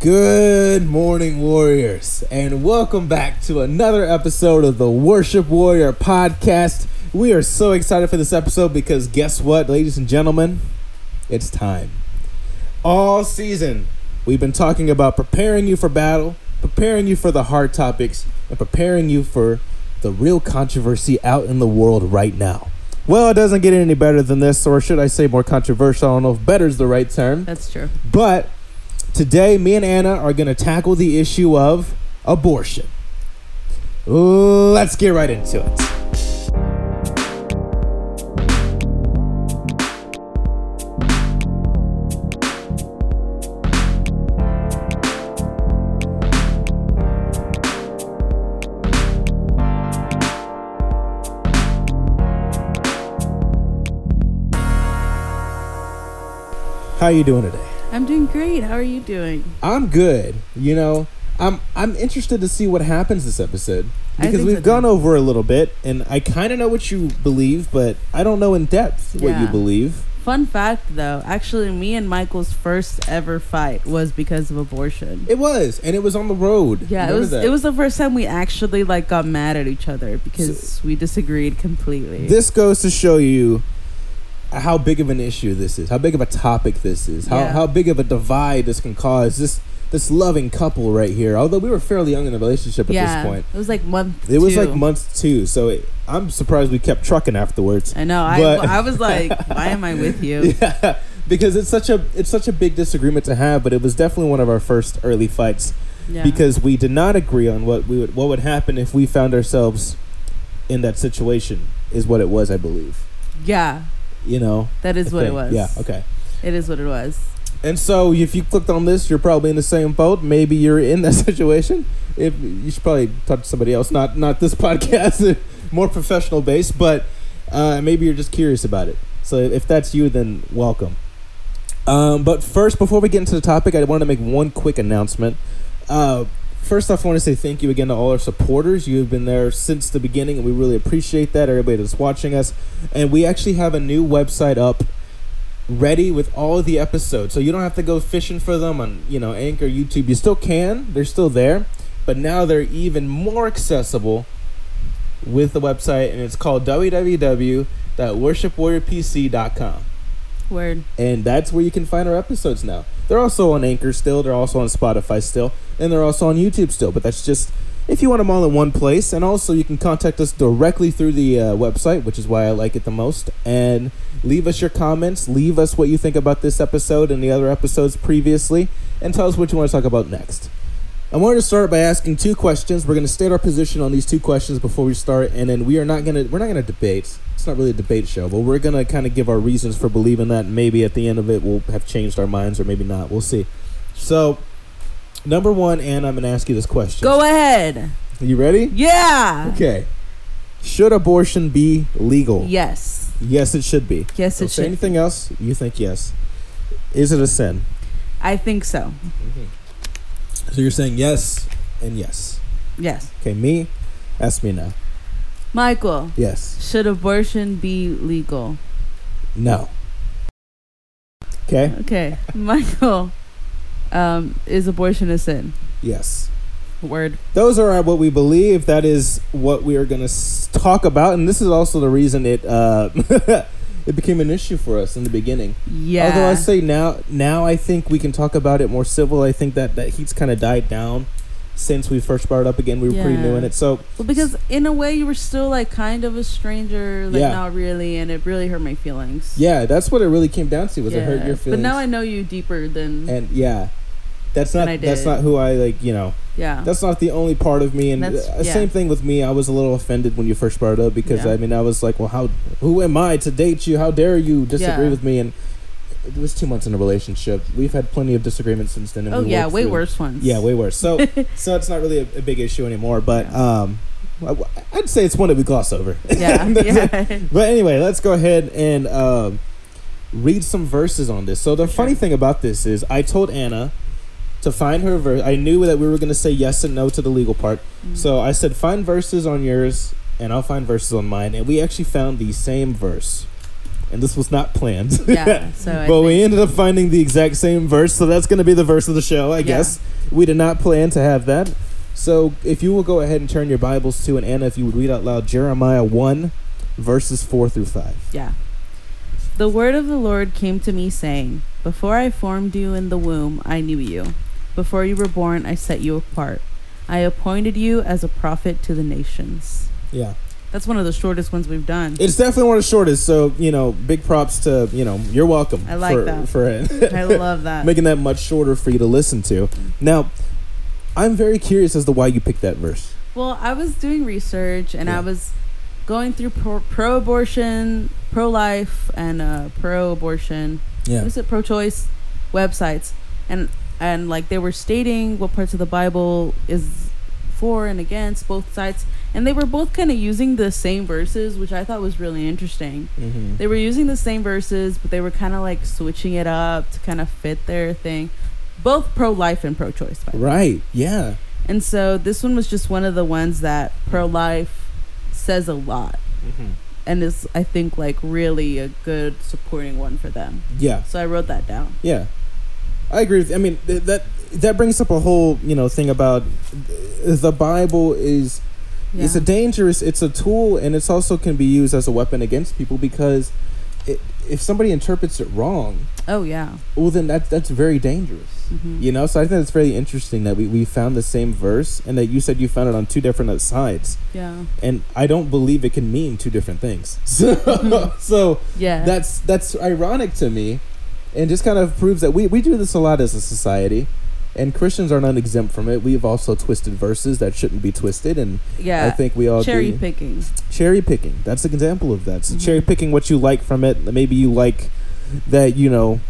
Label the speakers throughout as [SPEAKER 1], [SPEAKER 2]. [SPEAKER 1] Good morning, Warriors, and welcome back to another episode of the Worship Warrior podcast. We are so excited for this episode because guess what, ladies and gentlemen? It's time. All season, we've been talking about preparing you for battle, preparing you for the hard topics, and preparing you for the real controversy out in the world right now. Well, it doesn't get any better than this, or should I say more controversial? I don't know if better is the right term.
[SPEAKER 2] That's true.
[SPEAKER 1] But today, me and Anna are going to tackle the issue of abortion. Let's get right into it. How you doing today?
[SPEAKER 2] I'm doing great. How are you doing?
[SPEAKER 1] I'm good. You know, I'm I'm interested to see what happens this episode
[SPEAKER 2] I
[SPEAKER 1] because
[SPEAKER 2] think
[SPEAKER 1] we've
[SPEAKER 2] so, too.
[SPEAKER 1] gone over a little bit, and I kind of know what you believe, but I don't know in depth what you
[SPEAKER 2] Yeah.
[SPEAKER 1] believe.
[SPEAKER 2] Fun fact though, actually me and Michael's first ever fight was because of abortion.
[SPEAKER 1] It was, and it was on the road.
[SPEAKER 2] yeah, it
[SPEAKER 1] Remember
[SPEAKER 2] was
[SPEAKER 1] that.
[SPEAKER 2] it was the first time we actually like got mad at each other because we disagreed completely.
[SPEAKER 1] This goes to show you how big of an issue this is, how big of a topic this is, how
[SPEAKER 2] Yeah.
[SPEAKER 1] how big of a divide this can cause. This this loving couple right here. Although we were fairly young in the relationship at
[SPEAKER 2] yeah,
[SPEAKER 1] this point,
[SPEAKER 2] it was like month.
[SPEAKER 1] it was
[SPEAKER 2] two.
[SPEAKER 1] like month two. So it, I'm surprised we kept trucking afterwards.
[SPEAKER 2] I know. I,
[SPEAKER 1] but-
[SPEAKER 2] I was like, why am I with you?
[SPEAKER 1] yeah, because it's such a it's such a big disagreement to have, but it was definitely one of our first early fights
[SPEAKER 2] Yeah.
[SPEAKER 1] because we did not agree on what we would what would happen if we found ourselves in that situation is what it was, I believe.
[SPEAKER 2] yeah,
[SPEAKER 1] You know,
[SPEAKER 2] that is
[SPEAKER 1] I
[SPEAKER 2] what it
[SPEAKER 1] think.
[SPEAKER 2] was.
[SPEAKER 1] Yeah, okay.
[SPEAKER 2] It is what it was.
[SPEAKER 1] And so if you clicked on this, you're probably in the same boat. Maybe you're in that situation. If you should probably talk to somebody else, not not this podcast, more professional base. But uh, maybe you're just curious about it. So if that's you, then welcome. Um, but first, before we get into the topic, I want to make one quick announcement. Uh, first off, I want to say thank you again to all our supporters. You have been there since the beginning, and we really appreciate that. Everybody that's watching us, and we actually have a new website up ready with all of the episodes. So you don't have to go fishing for them on, you know, Anchor, YouTube. You still can. They're still there, but now they're even more accessible with the website and it's called www.worshipwarriorpc.com.
[SPEAKER 2] Word.
[SPEAKER 1] And that's where you can find our episodes now. They're also on Anchor still, they're also on Spotify still, and they're also on YouTube still, but that's just if you want them all in one place, and also you can contact us directly through the uh, website, which is why I like it the most, and leave us your comments, leave us what you think about this episode and the other episodes previously, and tell us what you want to talk about next. I wanted to start by asking two questions. We're going to state our position on these two questions before we start, and then we are not going to we're not going to debate. It's not really a debate show, but we're going to kind of give our reasons for believing that. and Maybe at the end of it, we'll have changed our minds, or maybe not. We'll see. So, number one, and I'm going to ask you this question.
[SPEAKER 2] Go ahead.
[SPEAKER 1] You ready?
[SPEAKER 2] Yeah.
[SPEAKER 1] Okay. Should abortion be legal?
[SPEAKER 2] Yes.
[SPEAKER 1] Yes, it should be.
[SPEAKER 2] Yes,
[SPEAKER 1] So
[SPEAKER 2] it
[SPEAKER 1] say
[SPEAKER 2] should.
[SPEAKER 1] anything else, you think yes. Is it a sin?
[SPEAKER 2] I think so.
[SPEAKER 1] So you're saying yes and yes.
[SPEAKER 2] Yes.
[SPEAKER 1] Okay, me? Ask me now.
[SPEAKER 2] Michael,
[SPEAKER 1] Yes.
[SPEAKER 2] should abortion be legal?
[SPEAKER 1] No. Okay?
[SPEAKER 2] Okay, Michael, um, is abortion a sin?
[SPEAKER 1] Yes.
[SPEAKER 2] Word.
[SPEAKER 1] Those are our- what we believe. That is what we are going to s- talk about. And this is also the reason it. Uh, It became an issue for us in the beginning.
[SPEAKER 2] Yeah.
[SPEAKER 1] Although I say now, now I think we can talk about it more civil. I think that that heat's kind of died down since we first brought it up again. We were pretty new
[SPEAKER 2] Yeah.
[SPEAKER 1] in it, so
[SPEAKER 2] well, because in a way you were still like kind of a stranger, like
[SPEAKER 1] Yeah.
[SPEAKER 2] not really, and it really hurt my feelings.
[SPEAKER 1] yeah, that's what it really came down to. Was it hurt
[SPEAKER 2] Yeah.
[SPEAKER 1] your feelings?
[SPEAKER 2] But now I know you deeper than
[SPEAKER 1] and yeah, that's
[SPEAKER 2] Than
[SPEAKER 1] not
[SPEAKER 2] I
[SPEAKER 1] that's
[SPEAKER 2] did.
[SPEAKER 1] not who I like. You know,
[SPEAKER 2] yeah.
[SPEAKER 1] that's not the only part of me and
[SPEAKER 2] That's-
[SPEAKER 1] uh,
[SPEAKER 2] yeah.
[SPEAKER 1] same thing with me i was a little offended when you first brought it up because
[SPEAKER 2] Yeah.
[SPEAKER 1] i mean i was like well how who am i to date you how dare you disagree
[SPEAKER 2] Yeah.
[SPEAKER 1] with me and it was two months in a relationship we've had plenty of disagreements since then and
[SPEAKER 2] oh
[SPEAKER 1] we
[SPEAKER 2] yeah,
[SPEAKER 1] worked
[SPEAKER 2] way
[SPEAKER 1] through them.
[SPEAKER 2] worse ones.
[SPEAKER 1] yeah way worse so so it's not really a, a big issue anymore but um I, i'd say it's one that we gloss over
[SPEAKER 2] yeah.
[SPEAKER 1] That's it.
[SPEAKER 2] yeah.
[SPEAKER 1] but anyway, let's go ahead and um, read some verses on this. So the funny thing about this is, I told Anna to find her verse. I knew that we were going to say yes and no to the legal part, so I said find verses on yours, and I'll find verses on mine. And we actually found the same verse, and this was not planned.
[SPEAKER 2] Yeah. So I
[SPEAKER 1] but we
[SPEAKER 2] think-
[SPEAKER 1] ended up finding the exact same verse, so that's going to be the verse of the show, I
[SPEAKER 2] Yeah.
[SPEAKER 1] guess. We did not plan to have that. So if you will go ahead and turn your Bibles to, and Anna, if you would read out loud Jeremiah 1, verses 4 through 5.
[SPEAKER 2] Yeah. The word of the Lord came to me, saying, Before I formed you in the womb, I knew you. Before you were born, I set you apart. I appointed you as a prophet to the nations.
[SPEAKER 1] Yeah.
[SPEAKER 2] That's one of the shortest ones we've done.
[SPEAKER 1] It's definitely one of the shortest, so, you know, big props to, you know, you're welcome.
[SPEAKER 2] I like
[SPEAKER 1] for,
[SPEAKER 2] that.
[SPEAKER 1] For it.
[SPEAKER 2] I love that.
[SPEAKER 1] Making that much shorter for you to listen to. Now, I'm very curious as to why you picked that verse.
[SPEAKER 2] Well, I was doing research and
[SPEAKER 1] Yeah.
[SPEAKER 2] I was going through pro abortion, pro life, and uh, pro abortion,
[SPEAKER 1] Yeah.
[SPEAKER 2] was it pro choice websites? And, and like they were stating what parts of the Bible is for and against both sides. And they were both kind of using the same verses, which I thought was really interesting.
[SPEAKER 1] Mm-hmm.
[SPEAKER 2] They were using the same verses, but they were kind of like switching it up to kind of fit their thing. Both pro life and pro choice, by the way.
[SPEAKER 1] Right. Yeah.
[SPEAKER 2] And so this one was just one of the ones that pro life says a lot
[SPEAKER 1] Mm-hmm.
[SPEAKER 2] and is, I think, like really a good supporting one for them.
[SPEAKER 1] Yeah.
[SPEAKER 2] So I wrote that down.
[SPEAKER 1] Yeah, I agree. With, I mean th- that that brings up a whole you know thing about th- the Bible is
[SPEAKER 2] Yeah.
[SPEAKER 1] it's a dangerous it's a tool and it's also can be used as a weapon against people because it, if somebody interprets it wrong,
[SPEAKER 2] oh, yeah.
[SPEAKER 1] well then that's that's very dangerous.
[SPEAKER 2] Mhm.
[SPEAKER 1] You know, so I think it's very interesting that we, we found the same verse and that you said you found it on two different sides.
[SPEAKER 2] Yeah.
[SPEAKER 1] And I don't believe it can mean two different things. So, so
[SPEAKER 2] Yeah.
[SPEAKER 1] that's that's ironic to me and just kind of proves that we, we do this a lot as a society and christians are not exempt from it we've also twisted verses that shouldn't be twisted and i
[SPEAKER 2] yeah.
[SPEAKER 1] think we all
[SPEAKER 2] Cherry
[SPEAKER 1] agree.
[SPEAKER 2] picking.
[SPEAKER 1] cherry picking that's an example of that so
[SPEAKER 2] Mhm.
[SPEAKER 1] cherry picking what you like from it maybe you like that you know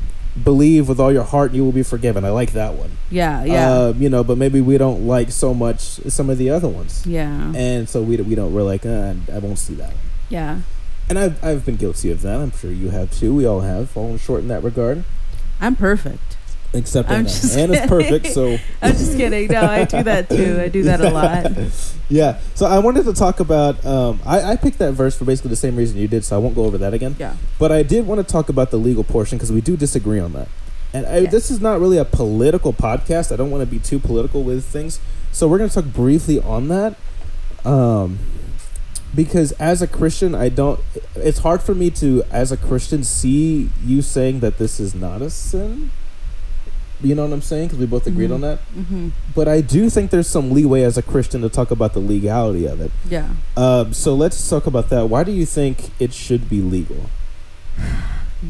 [SPEAKER 1] believe with all your heart and you will be forgiven i like that one
[SPEAKER 2] Yeah. Yeah.
[SPEAKER 1] uh, you know but maybe we don't like so much some of the other ones
[SPEAKER 2] yeah.
[SPEAKER 1] and so we, we don't we're like uh, i won't see that one
[SPEAKER 2] yeah.
[SPEAKER 1] and I've, I've been guilty of that. I'm sure you have too. We all have fallen short in that regard.
[SPEAKER 2] I'm perfect.
[SPEAKER 1] Except
[SPEAKER 2] I'm
[SPEAKER 1] Anna.
[SPEAKER 2] just
[SPEAKER 1] Anna's
[SPEAKER 2] kidding.
[SPEAKER 1] perfect, so
[SPEAKER 2] I'm just kidding. No, I do that too. I do that a lot.
[SPEAKER 1] yeah. So I wanted to talk about. Um, I, I picked that verse for basically the same reason you did, so I won't go over that again.
[SPEAKER 2] Yeah.
[SPEAKER 1] But I did want to talk about the legal portion because we do disagree on that. And I,
[SPEAKER 2] Yes.
[SPEAKER 1] this is not really a political podcast. I don't want to be too political with things. So we're going to talk briefly on that. Um, because as a Christian, I don't. It's hard for me to, as a Christian, see you saying that this is not a sin. You know what I'm saying? Because we both agreed
[SPEAKER 2] Mhm.
[SPEAKER 1] on that.
[SPEAKER 2] hmm
[SPEAKER 1] But I do think there's some leeway as a Christian to talk about the legality of it.
[SPEAKER 2] Yeah.
[SPEAKER 1] Um, so let's talk about that. Why do you think it should be legal?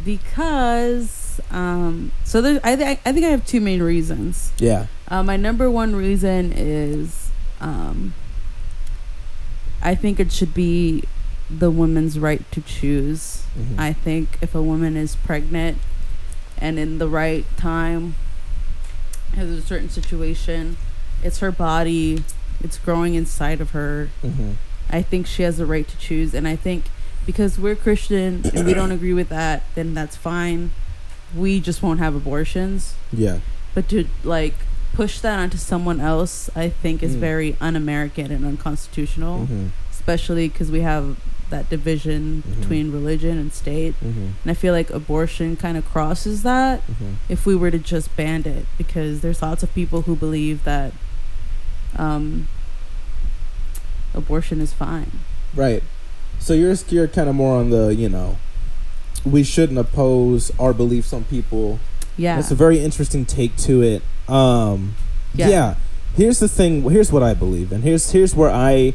[SPEAKER 2] Because, um, so there, I, th- I think I have two main reasons.
[SPEAKER 1] Yeah.
[SPEAKER 2] Uh, my number one reason is um, I think it should be the woman's right to choose.
[SPEAKER 1] Mhm.
[SPEAKER 2] I think if a woman is pregnant and in the right time, has a certain situation, it's her body, it's growing inside of her.
[SPEAKER 1] Mm-hmm.
[SPEAKER 2] I think she has the right to choose. And I think because we're Christian and we don't agree with that, then that's fine. We just won't have abortions
[SPEAKER 1] Yeah.
[SPEAKER 2] but to like push that onto someone else i think is
[SPEAKER 1] Mm.
[SPEAKER 2] very un-american and unconstitutional
[SPEAKER 1] Mm-hmm.
[SPEAKER 2] especially because we have that division
[SPEAKER 1] Mhm.
[SPEAKER 2] between religion and state
[SPEAKER 1] Mm-hmm.
[SPEAKER 2] and i feel like abortion kind of crosses that
[SPEAKER 1] Mm-hmm.
[SPEAKER 2] if we were to just ban it because there's lots of people who believe that um, abortion is fine
[SPEAKER 1] Right. So you're you're kind of more on the you know, we shouldn't oppose our beliefs on people.
[SPEAKER 2] yeah
[SPEAKER 1] That's a very interesting take to it. Um, yeah.
[SPEAKER 2] Yeah.
[SPEAKER 1] Here's the thing. Here's what I believe, and here's here's where I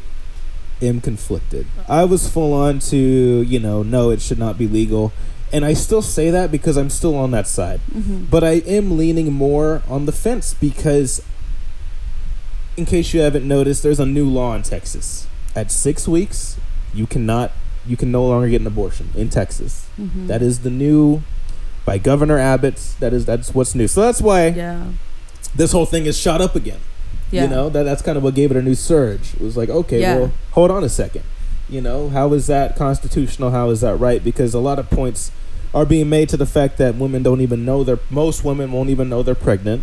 [SPEAKER 1] am conflicted. I was full on to you know no, it should not be legal, and I still say that because I'm still on that side.
[SPEAKER 2] hmm
[SPEAKER 1] But I am leaning more on the fence because, in case you haven't noticed, there's a new law in Texas. At six weeks, you cannot, you can no longer get an abortion in Texas.
[SPEAKER 2] hmm
[SPEAKER 1] That is the new, by Governor Abbott's. That is that's what's new. So that's why
[SPEAKER 2] yeah
[SPEAKER 1] this whole thing is shot up again.
[SPEAKER 2] yeah
[SPEAKER 1] You know that that's kind of what gave it a new surge. It was like, okay,
[SPEAKER 2] Yeah.
[SPEAKER 1] well, hold on a second. You know, how is that constitutional? How is that right? Because a lot of points are being made to the fact that women don't even know they're most women won't even know they're pregnant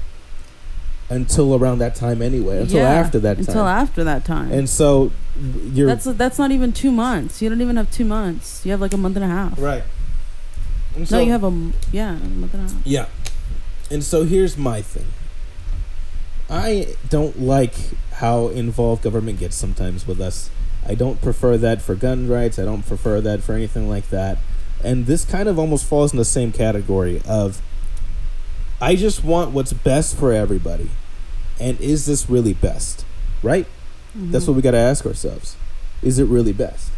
[SPEAKER 1] until around that time anyway. Until
[SPEAKER 2] Yeah,
[SPEAKER 1] after that
[SPEAKER 2] until
[SPEAKER 1] time.
[SPEAKER 2] after that time
[SPEAKER 1] and so w- you're
[SPEAKER 2] That's that's not even two months. You don't even have two months. You have like a month and a half.
[SPEAKER 1] right. And
[SPEAKER 2] no,
[SPEAKER 1] so-
[SPEAKER 2] you have a m- yeah, a month and a half.
[SPEAKER 1] Yeah. And so here's my thing. I don't like how involved government gets sometimes with us. I don't prefer that for gun rights. I don't prefer that for anything like that. And this kind of almost falls in the same category of I just want what's best for everybody. And is this really best? Right? That's what we got to ask ourselves. Is it really best?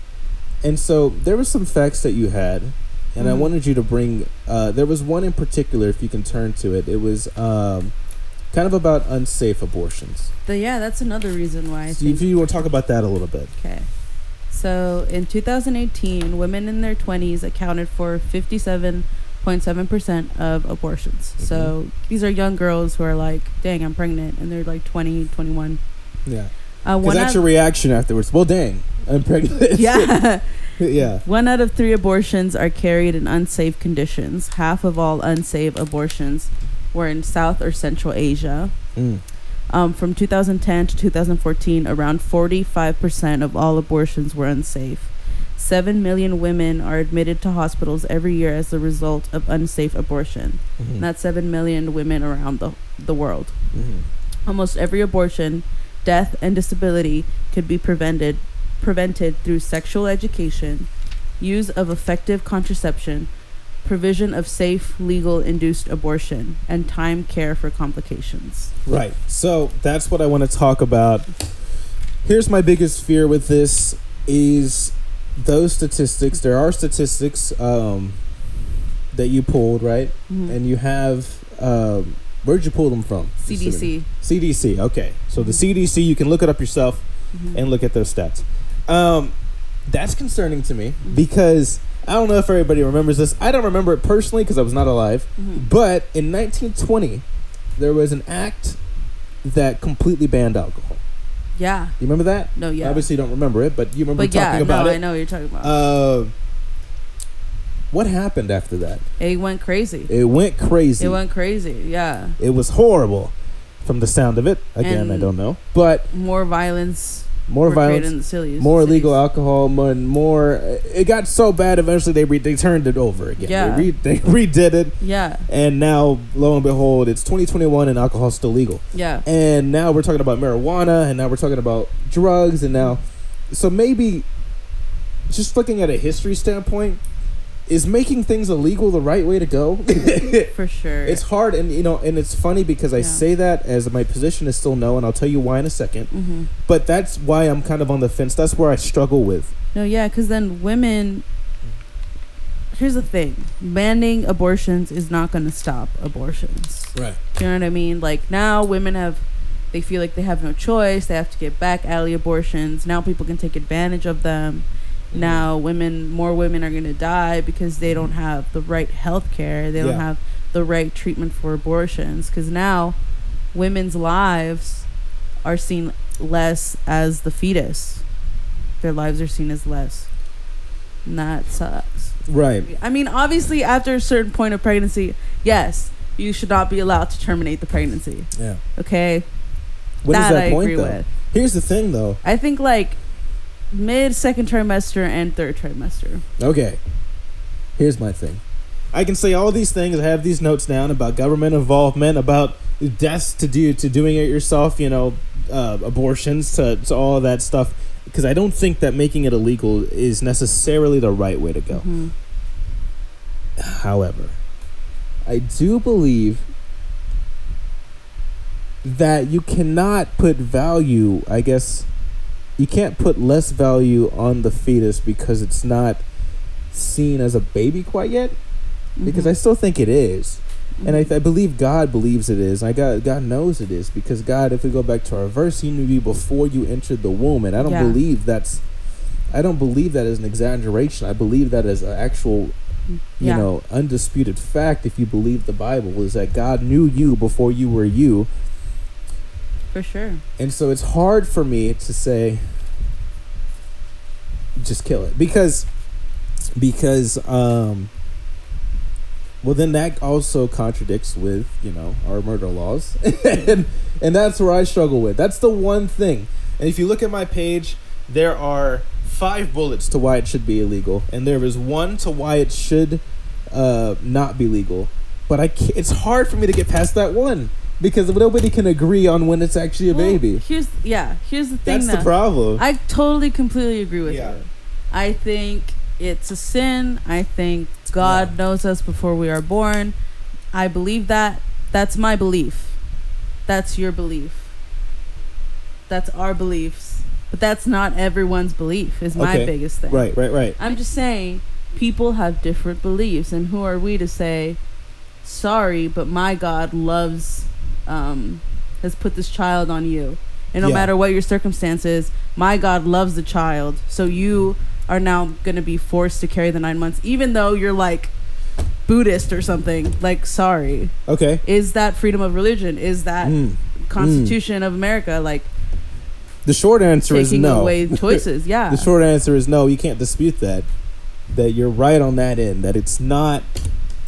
[SPEAKER 1] And so there were some facts that you had, and I
[SPEAKER 2] Mhm.
[SPEAKER 1] wanted you to bring. Uh, there was one in particular, if you can turn to it. It was um, kind of about unsafe abortions.
[SPEAKER 2] The, yeah, that's another reason why I
[SPEAKER 1] So if
[SPEAKER 2] think.
[SPEAKER 1] you want to talk about that a little bit,
[SPEAKER 2] Okay. So in 2018, women in their 20s accounted for 57.7% of abortions. So these are young girls who are like, dang, I'm pregnant. And they're like 20, 21.
[SPEAKER 1] yeah,
[SPEAKER 2] Uh,
[SPEAKER 1] because
[SPEAKER 2] one
[SPEAKER 1] that's
[SPEAKER 2] out,
[SPEAKER 1] your reaction afterwards. Well, dang, I'm pregnant.
[SPEAKER 2] yeah.
[SPEAKER 1] yeah,
[SPEAKER 2] one out of three abortions are carried in unsafe conditions. Half of all unsafe abortions were in South or Central Asia.
[SPEAKER 1] Mm.
[SPEAKER 2] Um, from 2010 to 2014, around 45% of all abortions were unsafe. 7 million women are admitted to hospitals every year as a result of unsafe abortion.
[SPEAKER 1] Mhm.
[SPEAKER 2] And that's 7 million women around the, the world.
[SPEAKER 1] Mhm.
[SPEAKER 2] Almost every abortion, death, and disability could be prevented prevented through sexual education, use of effective contraception, provision of safe legal induced abortion, and time care for complications.
[SPEAKER 1] Right. So that's what I want to talk about. Here's my biggest fear with this is those statistics. There are statistics um, that you pulled, right?
[SPEAKER 2] Mhm.
[SPEAKER 1] And you have um, where'd you pull them from?
[SPEAKER 2] CDC.
[SPEAKER 1] CDC. Okay. So the CDC, you can look it up yourself
[SPEAKER 2] Mhm.
[SPEAKER 1] and look at those stats. Um, that's concerning to me because I don't know if everybody remembers this. I don't remember it personally because I was not alive.
[SPEAKER 2] Mhm.
[SPEAKER 1] But in 1920, there was an act that completely banned alcohol.
[SPEAKER 2] Yeah.
[SPEAKER 1] You remember that?
[SPEAKER 2] No, yeah.
[SPEAKER 1] Obviously, you don't remember it, but you remember
[SPEAKER 2] but
[SPEAKER 1] talking
[SPEAKER 2] yeah,
[SPEAKER 1] about
[SPEAKER 2] no,
[SPEAKER 1] it.
[SPEAKER 2] I know what you're talking about.
[SPEAKER 1] Uh, what happened after that?
[SPEAKER 2] it went crazy.
[SPEAKER 1] It went crazy.
[SPEAKER 2] It went crazy. Yeah.
[SPEAKER 1] It was horrible, from the sound of it. Again, I
[SPEAKER 2] And-
[SPEAKER 1] don't know, but
[SPEAKER 2] More violence.
[SPEAKER 1] more
[SPEAKER 2] were created
[SPEAKER 1] violence,
[SPEAKER 2] in the cities.
[SPEAKER 1] more
[SPEAKER 2] cities.
[SPEAKER 1] illegal alcohol, more, more. It got so bad. Eventually, they re- they turned it over again.
[SPEAKER 2] Yeah.
[SPEAKER 1] They, re- they redid it,
[SPEAKER 2] Yeah.
[SPEAKER 1] and now lo and behold, it's 2021, and alcohol's still legal.
[SPEAKER 2] Yeah.
[SPEAKER 1] and now we're talking about marijuana and now we're talking about drugs and now so maybe just looking at a history standpoint is making things illegal the right way to go
[SPEAKER 2] For sure.
[SPEAKER 1] it's hard and you know and it's funny because i
[SPEAKER 2] Yeah.
[SPEAKER 1] say that as my position is still no and i'll tell you why in a second
[SPEAKER 2] hmm
[SPEAKER 1] but that's why i'm kind of on the fence that's where i struggle with
[SPEAKER 2] No, yeah, because then women. Here's the thing banning abortions is not going to stop abortions.
[SPEAKER 1] right
[SPEAKER 2] You know what I mean? Like now women have they feel like they have no choice. They have to get back alley abortions. Now people can take advantage of them. Now women more women are going to die because they don't have the right health care. They don't
[SPEAKER 1] Yeah.
[SPEAKER 2] have the right treatment for abortions cuz now women's lives are seen less as the fetus. Their lives are seen as less. And that sucks.
[SPEAKER 1] right
[SPEAKER 2] I mean, obviously, after a certain point of pregnancy, yes, you should not be allowed to terminate the pregnancy.
[SPEAKER 1] yeah
[SPEAKER 2] Okay,
[SPEAKER 1] What is
[SPEAKER 2] that,
[SPEAKER 1] that
[SPEAKER 2] I
[SPEAKER 1] point
[SPEAKER 2] agree
[SPEAKER 1] though
[SPEAKER 2] with.
[SPEAKER 1] here's the thing though
[SPEAKER 2] I think like mid second trimester and third trimester.
[SPEAKER 1] Okay. Here's my thing. I can say all these things. I have these notes down about government involvement, about deaths to do to doing it yourself. You know, uh, abortions to, to all of that stuff. Because I don't think that making it illegal is necessarily the right way to go.
[SPEAKER 2] Mhm.
[SPEAKER 1] However, I do believe that you cannot put value, I guess, you can't put less value on the fetus because it's not seen as a baby quite yet, because
[SPEAKER 2] Mm-hmm.
[SPEAKER 1] I still think it is. And I, I believe God believes it is. I God, God knows it is because God, if we go back to our verse, He knew you before you entered the womb, and I don't
[SPEAKER 2] Yeah.
[SPEAKER 1] believe that's, I don't believe that is an exaggeration. I believe that is an actual you
[SPEAKER 2] Yeah.
[SPEAKER 1] know, undisputed fact, if you believe the Bible, is that God knew you before you were you.
[SPEAKER 2] for sure.
[SPEAKER 1] And so it's hard for me to say, just kill it. Because, because, um, well, then that also contradicts with, you know, our murder laws. and, and that's where I struggle with. That's the one thing. And if you look at my page, there are five bullets to why it should be illegal, and there is one to why it should uh, not be legal. But I can't, it's hard for me to get past that one because nobody can agree on when it's actually a
[SPEAKER 2] Well,
[SPEAKER 1] baby.
[SPEAKER 2] Here's yeah. Here's the thing.
[SPEAKER 1] That's the
[SPEAKER 2] though.
[SPEAKER 1] problem.
[SPEAKER 2] I totally completely agree with
[SPEAKER 1] Yeah.
[SPEAKER 2] you. I think it's a sin. I think God
[SPEAKER 1] Yeah.
[SPEAKER 2] knows us before we are born. I believe that. That's my belief. That's your belief. That's our beliefs. But that's not everyone's belief. Is my
[SPEAKER 1] Okay.
[SPEAKER 2] biggest thing.
[SPEAKER 1] right, right, right.
[SPEAKER 2] I'm just saying people have different beliefs, and who are we to say, sorry, but my God loves, um, has put this child on you, and no
[SPEAKER 1] Yeah.
[SPEAKER 2] matter what your circumstances, my God loves the child, so you are now going to be forced to carry the nine months, even though you're like Buddhist or something. Like, sorry,
[SPEAKER 1] Okay.
[SPEAKER 2] is that freedom of religion? Is that
[SPEAKER 1] Mm.
[SPEAKER 2] Constitution of America like
[SPEAKER 1] The short answer is
[SPEAKER 2] taking
[SPEAKER 1] no.
[SPEAKER 2] away choices? Yeah,
[SPEAKER 1] The short answer is no. You can't dispute that. That you're right on that end. That it's not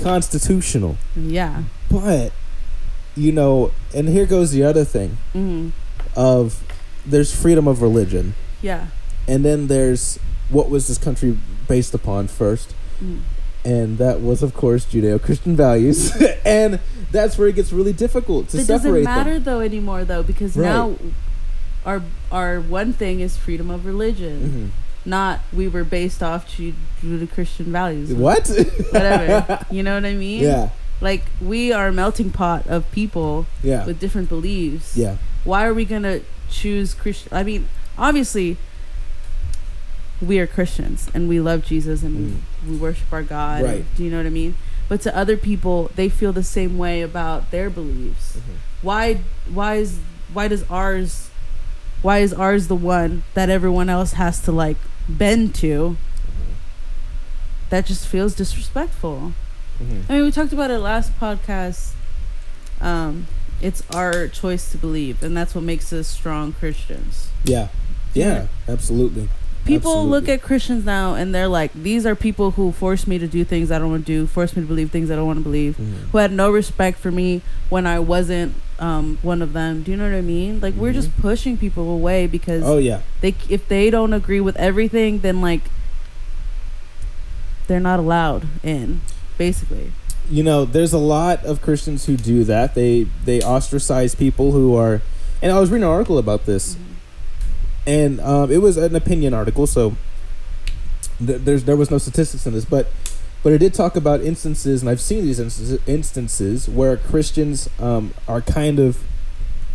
[SPEAKER 1] constitutional.
[SPEAKER 2] yeah.
[SPEAKER 1] But you know, and here goes the other thing
[SPEAKER 2] hmm
[SPEAKER 1] of there's freedom of religion,
[SPEAKER 2] Yeah.
[SPEAKER 1] and then there's what was this country based upon first,
[SPEAKER 2] Mm.
[SPEAKER 1] and that was of course Judeo-Christian values, and that's where it gets really difficult to
[SPEAKER 2] it
[SPEAKER 1] separate
[SPEAKER 2] doesn't matter
[SPEAKER 1] them.
[SPEAKER 2] though anymore though because
[SPEAKER 1] Right.
[SPEAKER 2] now our our one thing is freedom of religion
[SPEAKER 1] Mhm.
[SPEAKER 2] not we were based off Ju- judeo-christian values
[SPEAKER 1] What?
[SPEAKER 2] whatever you know what i mean
[SPEAKER 1] yeah,
[SPEAKER 2] like we are a melting pot of people
[SPEAKER 1] yeah,
[SPEAKER 2] with different beliefs
[SPEAKER 1] yeah.
[SPEAKER 2] why are we gonna choose christian i mean obviously we are christians and we love jesus and we worship our god
[SPEAKER 1] Right.
[SPEAKER 2] do you know what i mean but to other people they feel the same way about their beliefs why why is why does ours why is ours the one that everyone else has to like bend to that just feels disrespectful
[SPEAKER 1] Mhm.
[SPEAKER 2] i mean we talked about it last podcast um it's our choice to believe and that's what makes us strong christians
[SPEAKER 1] Yeah, yeah, absolutely.
[SPEAKER 2] people look
[SPEAKER 1] Absolutely.
[SPEAKER 2] at christians now and they're like these are people who force me to do things i don't want to do force me to believe things i don't want to believe
[SPEAKER 1] Mhm.
[SPEAKER 2] who had no respect for me when I wasn't um, one of them. Do you know what I mean? Like we're just pushing people away because
[SPEAKER 1] Mm-hmm. Oh yeah,
[SPEAKER 2] they if they don't agree with everything, then like they're not allowed in, basically.
[SPEAKER 1] you know, there's a lot of Christians who do that. They they ostracize people who are, and I was reading an article about this, and um, it was an opinion article, so th- there's there was no statistics in this, but but it did talk about instances, and I've seen these instances, instances where Christians um, are kind of,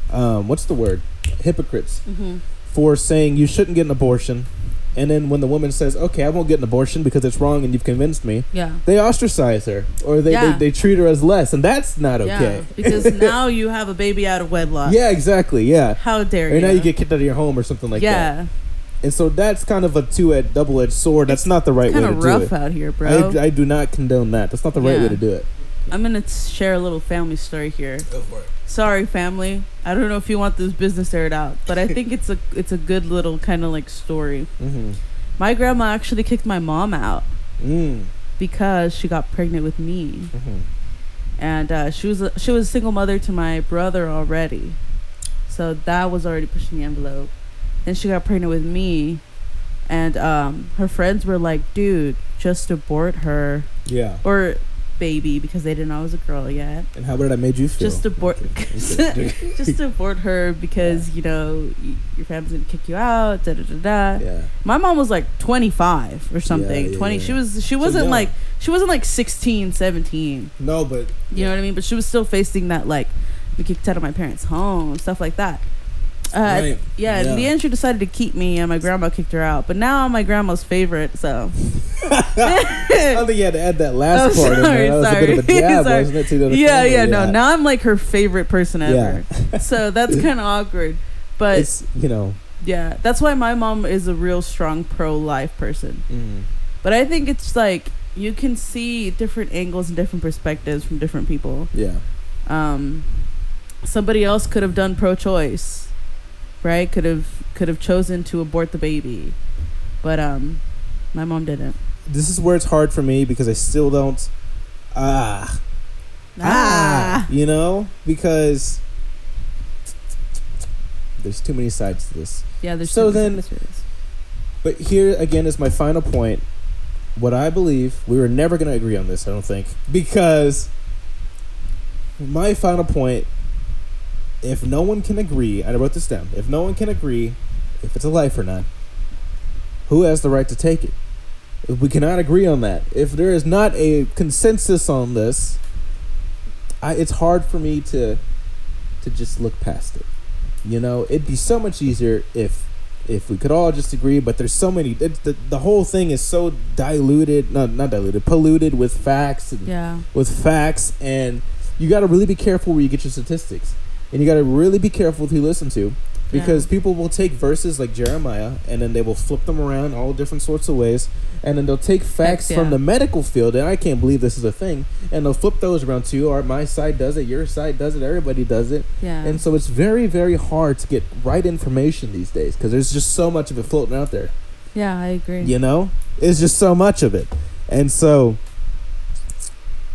[SPEAKER 1] um, what's the word, hypocrites
[SPEAKER 2] Mm-hmm.
[SPEAKER 1] for saying you shouldn't get an abortion, and then when the woman says, okay, I won't get an abortion because it's wrong and you've convinced me
[SPEAKER 2] Yeah.
[SPEAKER 1] they ostracize her or they,
[SPEAKER 2] Yeah.
[SPEAKER 1] they, they treat her as less and that's not okay
[SPEAKER 2] Yeah. Because now you have a baby out of
[SPEAKER 1] yeah,
[SPEAKER 2] wedlock.
[SPEAKER 1] exactly yeah
[SPEAKER 2] How dare
[SPEAKER 1] or
[SPEAKER 2] you?
[SPEAKER 1] now you get kicked out of your home or something like that
[SPEAKER 2] yeah.
[SPEAKER 1] and so that's kind of a two-edged double-edged sword that's not the right way
[SPEAKER 2] kind
[SPEAKER 1] to
[SPEAKER 2] of
[SPEAKER 1] do
[SPEAKER 2] rough
[SPEAKER 1] it
[SPEAKER 2] out here, bro.
[SPEAKER 1] I, I do not condone that that's not the right way
[SPEAKER 2] Yeah.
[SPEAKER 1] to do it
[SPEAKER 2] I'm gonna t- share a little family story here.
[SPEAKER 1] go for it
[SPEAKER 2] sorry family i don't know if you want this business aired out but i think it's a it's a good little kind of like story
[SPEAKER 1] mm-hmm.
[SPEAKER 2] my grandma actually kicked my mom out
[SPEAKER 1] mm.
[SPEAKER 2] because she got pregnant with me
[SPEAKER 1] hmm
[SPEAKER 2] and uh, she was a, she was a single mother to my brother already so that was already pushing the envelope then she got pregnant with me and um, her friends were like dude just abort her
[SPEAKER 1] yeah
[SPEAKER 2] or baby because they didn't know i was a girl yet
[SPEAKER 1] and how would that made you feel
[SPEAKER 2] just abort
[SPEAKER 1] Okay.
[SPEAKER 2] just abort her because you know y- your family's gonna kick you out da da da da
[SPEAKER 1] yeah
[SPEAKER 2] my mom was like 25 or something
[SPEAKER 1] Yeah, yeah,
[SPEAKER 2] 20
[SPEAKER 1] yeah.
[SPEAKER 2] she was she wasn't
[SPEAKER 1] young.
[SPEAKER 2] like she wasn't like 16 17
[SPEAKER 1] no but
[SPEAKER 2] you know what i mean but she was still facing that like be kicked out of my parents home stuff like that uh,
[SPEAKER 1] Right.
[SPEAKER 2] yeah,
[SPEAKER 1] Yeah.
[SPEAKER 2] in the end she decided to keep me and my grandma kicked her out but now i'm my grandma's favorite so
[SPEAKER 1] I don't think you had to add that last
[SPEAKER 2] Oh,
[SPEAKER 1] part. in
[SPEAKER 2] sorry,
[SPEAKER 1] there. That was a bit of a
[SPEAKER 2] sorry.
[SPEAKER 1] jab,
[SPEAKER 2] Sorry.
[SPEAKER 1] wasn't it? To the other
[SPEAKER 2] yeah,
[SPEAKER 1] family?
[SPEAKER 2] yeah, no. Now I'm like her favorite person
[SPEAKER 1] Yeah.
[SPEAKER 2] ever. so that's kind of awkward. But
[SPEAKER 1] it's you know.
[SPEAKER 2] yeah, that's why my mom is a real strong pro life person.
[SPEAKER 1] Mm.
[SPEAKER 2] But I think it's like you can see different angles and different perspectives from different people.
[SPEAKER 1] Yeah.
[SPEAKER 2] Um, somebody else could have done pro choice, right? Could have could have chosen to abort the baby, but um, my mom didn't.
[SPEAKER 1] this is where it's hard for me because I still don't ah ah you know because there's too many sides to this.
[SPEAKER 2] yeah. There's
[SPEAKER 1] So
[SPEAKER 2] two
[SPEAKER 1] then-
[SPEAKER 2] different series.
[SPEAKER 1] But here again is my final point what I believe, we were never going to agree on this, I don't think, because my final point if no one can agree, and I wrote this down, if no one can agree if it's a life or not, who has the right to take it? If we cannot agree on that, if there is not a consensus on this, I, it's hard for me to to just look past it. You know, it'd be so much easier if if we could all just agree. But there's so many. It's the the whole thing is so diluted. No, not diluted. Polluted with facts. And,
[SPEAKER 2] Yeah.
[SPEAKER 1] With facts, and you got to really be careful where you get your statistics, and you got to really be careful with who you listen to, because people will take verses like Jeremiah, and then they will flip them around all different sorts of ways, and then they'll take facts
[SPEAKER 2] Facts,
[SPEAKER 1] from
[SPEAKER 2] yeah.
[SPEAKER 1] the medical field, and I can't believe this is a thing, and they'll flip those around too. Or my side does it, your side does it, everybody does it.
[SPEAKER 2] Yeah.
[SPEAKER 1] And so it's very, very hard to get right information these days because there's just so much of it floating out there.
[SPEAKER 2] yeah, I agree.
[SPEAKER 1] You know, it's just so much of it. And so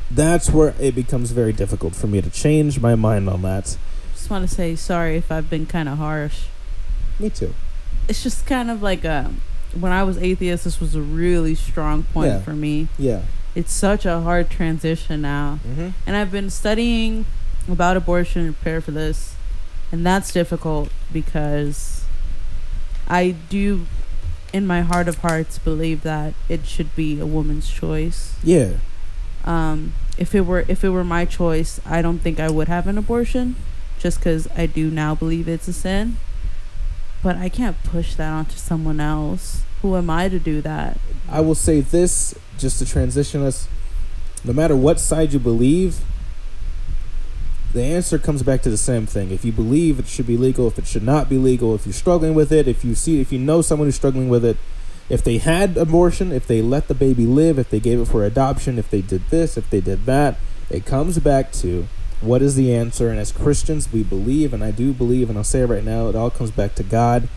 [SPEAKER 1] that's where it becomes very difficult for me to change my mind on that.
[SPEAKER 2] Just want to say sorry if I've been kind of harsh.
[SPEAKER 1] Me too.
[SPEAKER 2] It's just kind of like a when I was atheist, this was a really strong point
[SPEAKER 1] Yeah.
[SPEAKER 2] for me.
[SPEAKER 1] Yeah.
[SPEAKER 2] It's such a hard transition now.
[SPEAKER 1] Mm-hmm.
[SPEAKER 2] and I've been studying about abortion and prepare for this, and that's difficult because I do, in my heart of hearts, believe that it should be a woman's choice.
[SPEAKER 1] Yeah.
[SPEAKER 2] Um, if it were if it were my choice, I don't think I would have an abortion, just because I do now believe it's a sin. But I can't push that onto someone else. Who am I to do that?
[SPEAKER 1] I will say this just to transition us. No matter what side you believe, the answer comes back to the same thing. If you believe it should be legal, if it should not be legal, if you're struggling with it, if you see if you know someone who's struggling with it, if they had abortion, if they let the baby live, if they gave it for adoption, if they did this, if they did that, it comes back to what is the answer? And as Christians, we believe, and I do believe, and I'll say it right now, it all comes back to God.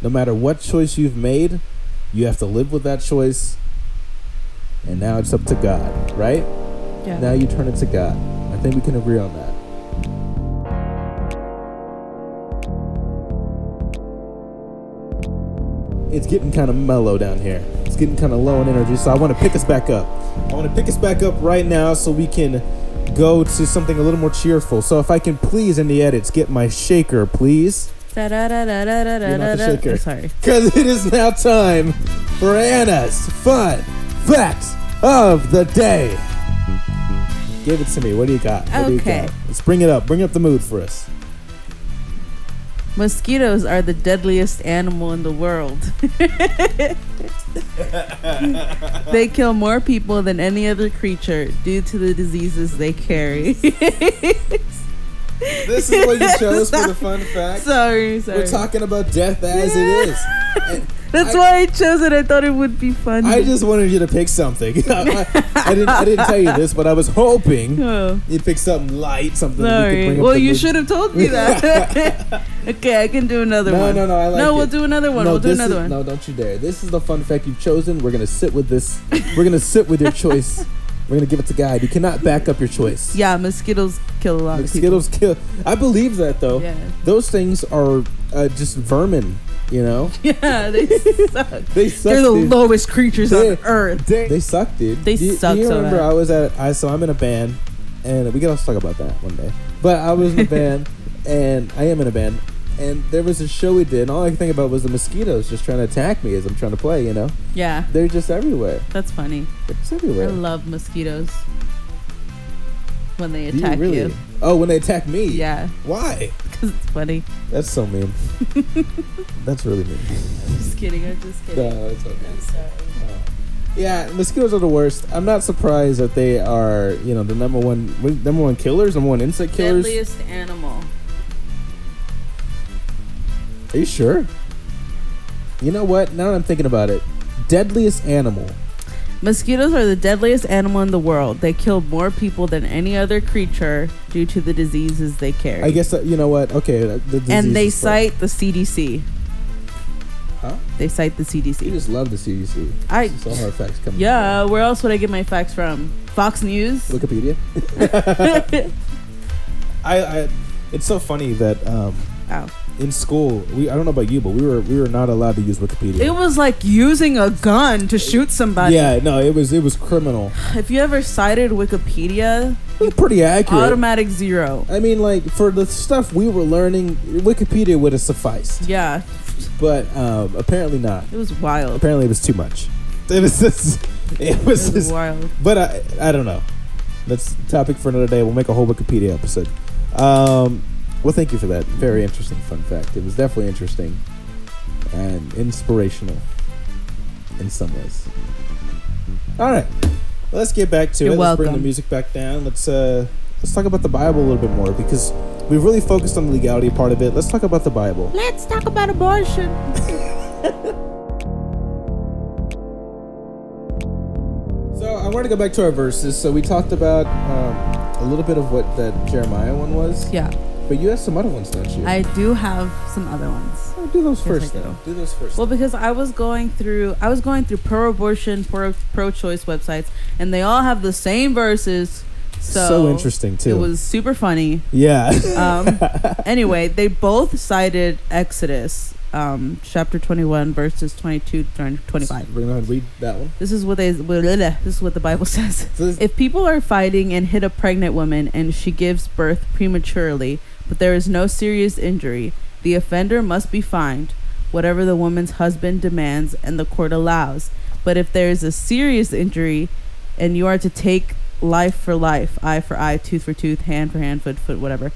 [SPEAKER 1] No matter what choice you've made, you have to live with that choice. And now it's up to God, right?
[SPEAKER 2] Yeah.
[SPEAKER 1] Now you turn it to God. I think we can agree on that. It's getting kind of mellow down here. It's getting kind of low in energy, so I want to pick us back up. I want to pick us back up right now so we can go to something a little more cheerful. So if I can please in the edits get my shaker, please.
[SPEAKER 2] Da da da da da da
[SPEAKER 1] You're
[SPEAKER 2] da
[SPEAKER 1] not the
[SPEAKER 2] da.
[SPEAKER 1] shaker.
[SPEAKER 2] I'm Sorry.
[SPEAKER 1] Because it is now time for Anna's fun facts of the day. Give it to me. What do you got? What do you
[SPEAKER 2] Okay.
[SPEAKER 1] got? Let's bring it up. Bring up the mood for us.
[SPEAKER 2] Mosquitoes are the deadliest animal in the world. they kill more people than any other creature due to the diseases they carry.
[SPEAKER 1] This is what you chose for the fun fact.
[SPEAKER 2] sorry, sorry.
[SPEAKER 1] We're talking about death as it is. And
[SPEAKER 2] That's
[SPEAKER 1] I-
[SPEAKER 2] why I chose it. I thought it would be funny.
[SPEAKER 1] I just wanted you to pick something. I, I didn't, I didn't tell you this, but I was hoping
[SPEAKER 2] Oh,
[SPEAKER 1] you pick something light, something that we could
[SPEAKER 2] sorry.
[SPEAKER 1] bring up
[SPEAKER 2] Well,
[SPEAKER 1] the
[SPEAKER 2] you
[SPEAKER 1] mood.
[SPEAKER 2] should have told me that. okay, I can do another
[SPEAKER 1] No,
[SPEAKER 2] one.
[SPEAKER 1] no, no, I like
[SPEAKER 2] no,
[SPEAKER 1] it.
[SPEAKER 2] we'll do another one. we'll do
[SPEAKER 1] this
[SPEAKER 2] another
[SPEAKER 1] is-
[SPEAKER 2] one.
[SPEAKER 1] No, don't you dare. This is the fun fact you've chosen. We're gonna sit with this. We're gonna sit with your choice. We're gonna give it to God. You cannot back up your choice.
[SPEAKER 2] Yeah, mosquitoes kill a lot
[SPEAKER 1] Like
[SPEAKER 2] of people.
[SPEAKER 1] Skittles kill. I believe that though.
[SPEAKER 2] Yeah.
[SPEAKER 1] Those things are uh, just vermin. You know,
[SPEAKER 2] Yeah, they suck.
[SPEAKER 1] they suck.
[SPEAKER 2] They're the
[SPEAKER 1] dude.
[SPEAKER 2] lowest creatures
[SPEAKER 1] They're-
[SPEAKER 2] on earth.
[SPEAKER 1] They, suck, dude.
[SPEAKER 2] They
[SPEAKER 1] do,
[SPEAKER 2] suck
[SPEAKER 1] Do you
[SPEAKER 2] so
[SPEAKER 1] remember
[SPEAKER 2] bad.
[SPEAKER 1] I was at I so I'm in a band, and we can also talk about that one day. But I was in a band, and I am in a band, and there was a show we did, and all I could think about was the mosquitoes just trying to attack me as I'm trying to play. You know,
[SPEAKER 2] Yeah,
[SPEAKER 1] they're just everywhere.
[SPEAKER 2] that's funny.
[SPEAKER 1] They're just everywhere.
[SPEAKER 2] I love mosquitoes when they
[SPEAKER 1] Do you
[SPEAKER 2] attack you.
[SPEAKER 1] really? Oh, when they attack me?
[SPEAKER 2] Yeah,
[SPEAKER 1] Why?
[SPEAKER 2] 'cause it's funny.
[SPEAKER 1] That's so mean. That's really mean.
[SPEAKER 2] Just kidding. I'm just kidding.
[SPEAKER 1] No, it's okay.
[SPEAKER 2] I'm sorry.
[SPEAKER 1] Yeah, mosquitoes are the worst. I'm not surprised that they are, you know, the number one, number one killers, number one insect killers.
[SPEAKER 2] Deadliest animal.
[SPEAKER 1] Are you sure? You know what? Now that I'm thinking about it, deadliest animal.
[SPEAKER 2] Mosquitoes are the deadliest animal in the world. They kill more people than any other creature due to the diseases they carry.
[SPEAKER 1] I guess that, you know what? Okay, uh, the disease
[SPEAKER 2] and they
[SPEAKER 1] is fine.
[SPEAKER 2] cite the CDC.
[SPEAKER 1] Huh?
[SPEAKER 2] They cite the
[SPEAKER 1] You
[SPEAKER 2] CDC.
[SPEAKER 1] just love the CDC.
[SPEAKER 2] I
[SPEAKER 1] It's all hard facts coming.
[SPEAKER 2] yeah. Where else would I get my facts from? Fox News.
[SPEAKER 1] Wikipedia. I, I, it's so funny that um,
[SPEAKER 2] How?
[SPEAKER 1] in school, we I don't know about you, but we were we were not allowed to use Wikipedia.
[SPEAKER 2] It was like using a gun to shoot somebody.
[SPEAKER 1] yeah, no, it was it was criminal.
[SPEAKER 2] If you ever cited Wikipedia,
[SPEAKER 1] It was pretty accurate.
[SPEAKER 2] automatic zero.
[SPEAKER 1] I mean, like for the stuff we were learning, Wikipedia would have sufficed,
[SPEAKER 2] Yeah,
[SPEAKER 1] but um, apparently not.
[SPEAKER 2] it was wild.
[SPEAKER 1] Apparently, it was too much. It was just, it was
[SPEAKER 2] It was
[SPEAKER 1] just,
[SPEAKER 2] wild.
[SPEAKER 1] but I I don't know. That's a topic for another day. We'll make a whole Wikipedia episode. Um, well, thank you for that. Very interesting fun fact. It was definitely interesting and inspirational in some ways. All right, let's get back to
[SPEAKER 2] You're
[SPEAKER 1] it. Let's bring the
[SPEAKER 2] welcome.
[SPEAKER 1] music back down. Let's uh, let's talk about the Bible a little bit more because we've really focused on the legality part of it. Let's talk about the Bible.
[SPEAKER 2] Let's talk about abortion.
[SPEAKER 1] So I want to go back to our verses. So we talked about um, a little bit of what that Jeremiah one was.
[SPEAKER 2] Yeah,
[SPEAKER 1] But you have some other ones, don't you?
[SPEAKER 2] I do have some other ones.
[SPEAKER 1] Oh, do those
[SPEAKER 2] Yes, I
[SPEAKER 1] first,
[SPEAKER 2] do.
[SPEAKER 1] though. Do those first.
[SPEAKER 2] Well, because I was going through, I was going through pro-abortion, pro- pro-choice websites, and they all have the same verses. So,
[SPEAKER 1] so interesting too.
[SPEAKER 2] It was super funny.
[SPEAKER 1] yeah.
[SPEAKER 2] Um, anyway, they both cited Exodus um, chapter 21, verses 22 through 25.
[SPEAKER 1] We're gonna read that one.
[SPEAKER 2] This is what they. This is what the Bible says.
[SPEAKER 1] So this-
[SPEAKER 2] If people are fighting and hit a pregnant woman and she gives birth prematurely, but there is no serious injury, the offender must be fined, whatever the woman's husband demands and the court allows. But if there is a serious injury and you are to take life for life, eye for eye, tooth for tooth, hand for hand, foot foot, whatever,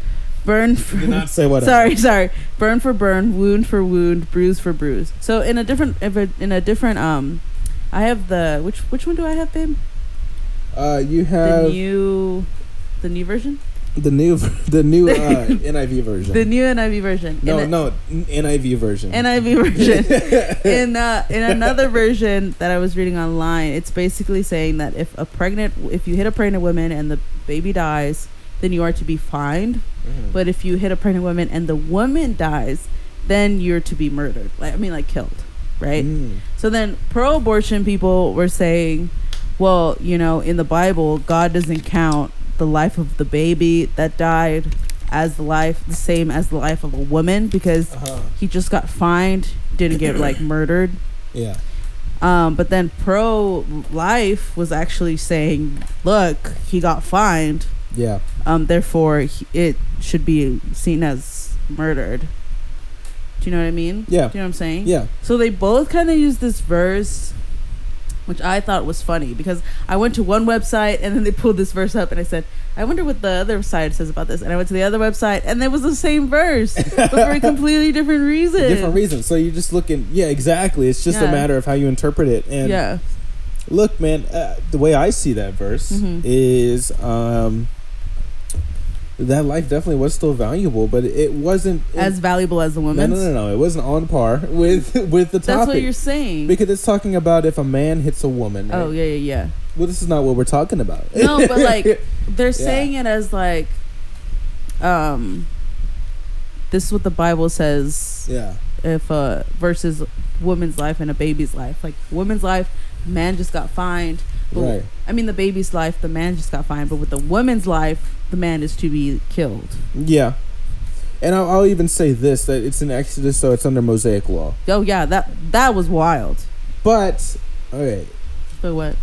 [SPEAKER 2] burn for
[SPEAKER 1] Did not say what.
[SPEAKER 2] sorry sorry burn for burn wound for wound bruise for bruise so in a different if a- in a different um i have the which which one do i have babe
[SPEAKER 1] Uh, you have
[SPEAKER 2] the new the new version
[SPEAKER 1] the new the new uh, NIV version.
[SPEAKER 2] the new niv version
[SPEAKER 1] no,
[SPEAKER 2] in a-
[SPEAKER 1] no n- NIV version.
[SPEAKER 2] niv version in uh in another version that i was reading online it's basically saying that if a pregnant if you hit a pregnant woman and the baby dies then you are to be fined
[SPEAKER 1] Mhm.
[SPEAKER 2] but if you hit a pregnant woman and the woman dies then you're to be murdered like i mean like killed right
[SPEAKER 1] Mm.
[SPEAKER 2] So then pro abortion people were saying, well, you know, in the Bible, God doesn't count the life of the baby that died as the life, the same as the life of a woman because
[SPEAKER 1] Uh-huh.
[SPEAKER 2] he just got fined, didn't get like murdered.
[SPEAKER 1] Yeah.
[SPEAKER 2] Um, but then pro life was actually saying, look, he got fined.
[SPEAKER 1] Yeah.
[SPEAKER 2] Um, therefore, he, it should be seen as murdered. Do you know what I mean?
[SPEAKER 1] Yeah.
[SPEAKER 2] Do you know what I'm saying?
[SPEAKER 1] Yeah.
[SPEAKER 2] So they both kind of use this verse, which I thought was funny because I went to one website and then they pulled this verse up and I said, I wonder what the other side says about this. And I went to the other website and it was the same verse, but for a completely different reason.
[SPEAKER 1] Different reasons. So you're just looking. Yeah, exactly. It's just a
[SPEAKER 2] Yeah.
[SPEAKER 1] matter of how you interpret it. And
[SPEAKER 2] Yeah.
[SPEAKER 1] look, man, uh, the way I see that verse
[SPEAKER 2] Mhm.
[SPEAKER 1] is um, that life definitely was still valuable, but it wasn't
[SPEAKER 2] As valuable as the
[SPEAKER 1] No,
[SPEAKER 2] woman's.
[SPEAKER 1] no, no, no. It wasn't on par with with the
[SPEAKER 2] That's
[SPEAKER 1] topic
[SPEAKER 2] what you're saying.
[SPEAKER 1] because it's talking about if a man hits a woman. right?
[SPEAKER 2] oh, yeah, yeah,
[SPEAKER 1] Well, this is not what we're talking about.
[SPEAKER 2] yeah. No, but like, they're
[SPEAKER 1] Yeah.
[SPEAKER 2] saying it as like, um, this is what the Bible says.
[SPEAKER 1] yeah,
[SPEAKER 2] if uh versus woman's life and a baby's life like woman's life man just got fined but
[SPEAKER 1] right.
[SPEAKER 2] i mean the baby's life the man just got fined but with the woman's life the man is to be killed
[SPEAKER 1] Yeah, and I'll, I'll even say this that it's in Exodus, so it's under Mosaic law.
[SPEAKER 2] oh yeah that that was wild
[SPEAKER 1] But all right,
[SPEAKER 2] but what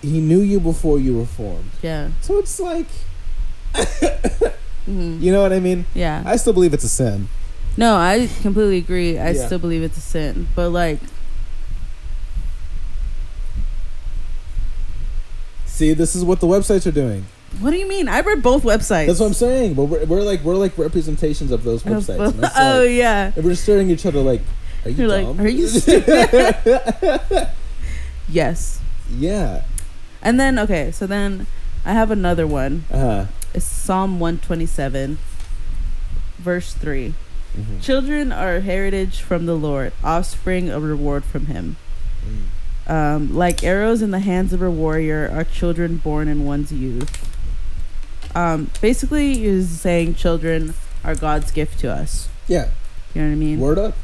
[SPEAKER 1] he knew you before you were formed,
[SPEAKER 2] yeah
[SPEAKER 1] so it's like
[SPEAKER 2] hmm
[SPEAKER 1] you know what I mean.
[SPEAKER 2] yeah
[SPEAKER 1] I still believe it's a sin.
[SPEAKER 2] no i completely agree i
[SPEAKER 1] Yeah.
[SPEAKER 2] still believe it's a sin but like
[SPEAKER 1] See, this is what the websites are doing.
[SPEAKER 2] what do you mean i read both websites
[SPEAKER 1] That's what I'm saying. But we're, we're like we're like representations of those websites. and it's
[SPEAKER 2] oh
[SPEAKER 1] like-
[SPEAKER 2] yeah
[SPEAKER 1] And we're staring at each other like, are you
[SPEAKER 2] you're
[SPEAKER 1] dumb?
[SPEAKER 2] like are you stupid yes
[SPEAKER 1] yeah.
[SPEAKER 2] and then okay so then i have another one
[SPEAKER 1] Uh-huh.
[SPEAKER 2] It's Psalm 127, verse 3.
[SPEAKER 1] Mhm.
[SPEAKER 2] Children are a heritage from the Lord, offspring a reward from him.
[SPEAKER 1] Mm.
[SPEAKER 2] Um, like arrows in the hands of a warrior are children born in one's youth. Um, basically, he's saying children are God's gift to us.
[SPEAKER 1] Yeah.
[SPEAKER 2] You know what I mean?
[SPEAKER 1] Word up.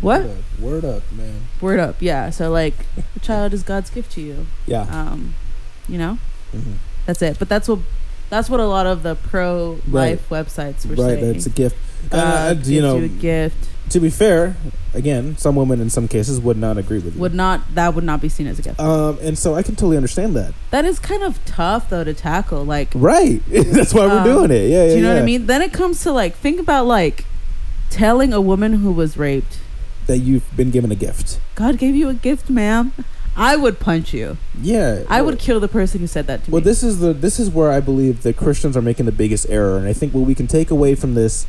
[SPEAKER 2] what?
[SPEAKER 1] Word up. Word up, man.
[SPEAKER 2] Word up. Yeah. So, like, a child is God's gift to you.
[SPEAKER 1] Yeah.
[SPEAKER 2] Um, you know?
[SPEAKER 1] Mhm.
[SPEAKER 2] That's it. But that's what. That's what a lot of the pro-life websites were
[SPEAKER 1] Right.
[SPEAKER 2] saying.
[SPEAKER 1] That's a gift.
[SPEAKER 2] God
[SPEAKER 1] And, uh,
[SPEAKER 2] gives
[SPEAKER 1] you know,
[SPEAKER 2] you a gift
[SPEAKER 1] To be fair, again, some women in some cases would not agree with you.
[SPEAKER 2] would not that would not be seen as a gift.
[SPEAKER 1] Um, and so I can totally understand that.
[SPEAKER 2] that is kind of tough though to tackle. Like,
[SPEAKER 1] Right. That's why
[SPEAKER 2] Um,
[SPEAKER 1] we're doing it. Yeah, yeah.
[SPEAKER 2] do you know what
[SPEAKER 1] yeah.
[SPEAKER 2] I mean? Then it comes to like think about like telling a woman who was raped,
[SPEAKER 1] That you've been given a gift.
[SPEAKER 2] God gave you a gift, ma'am. I would punch you.
[SPEAKER 1] Yeah.
[SPEAKER 2] I would kill the person who said that to
[SPEAKER 1] Well,
[SPEAKER 2] me.
[SPEAKER 1] this is the this is where I believe that Christians are making the biggest error, and I think what we can take away from this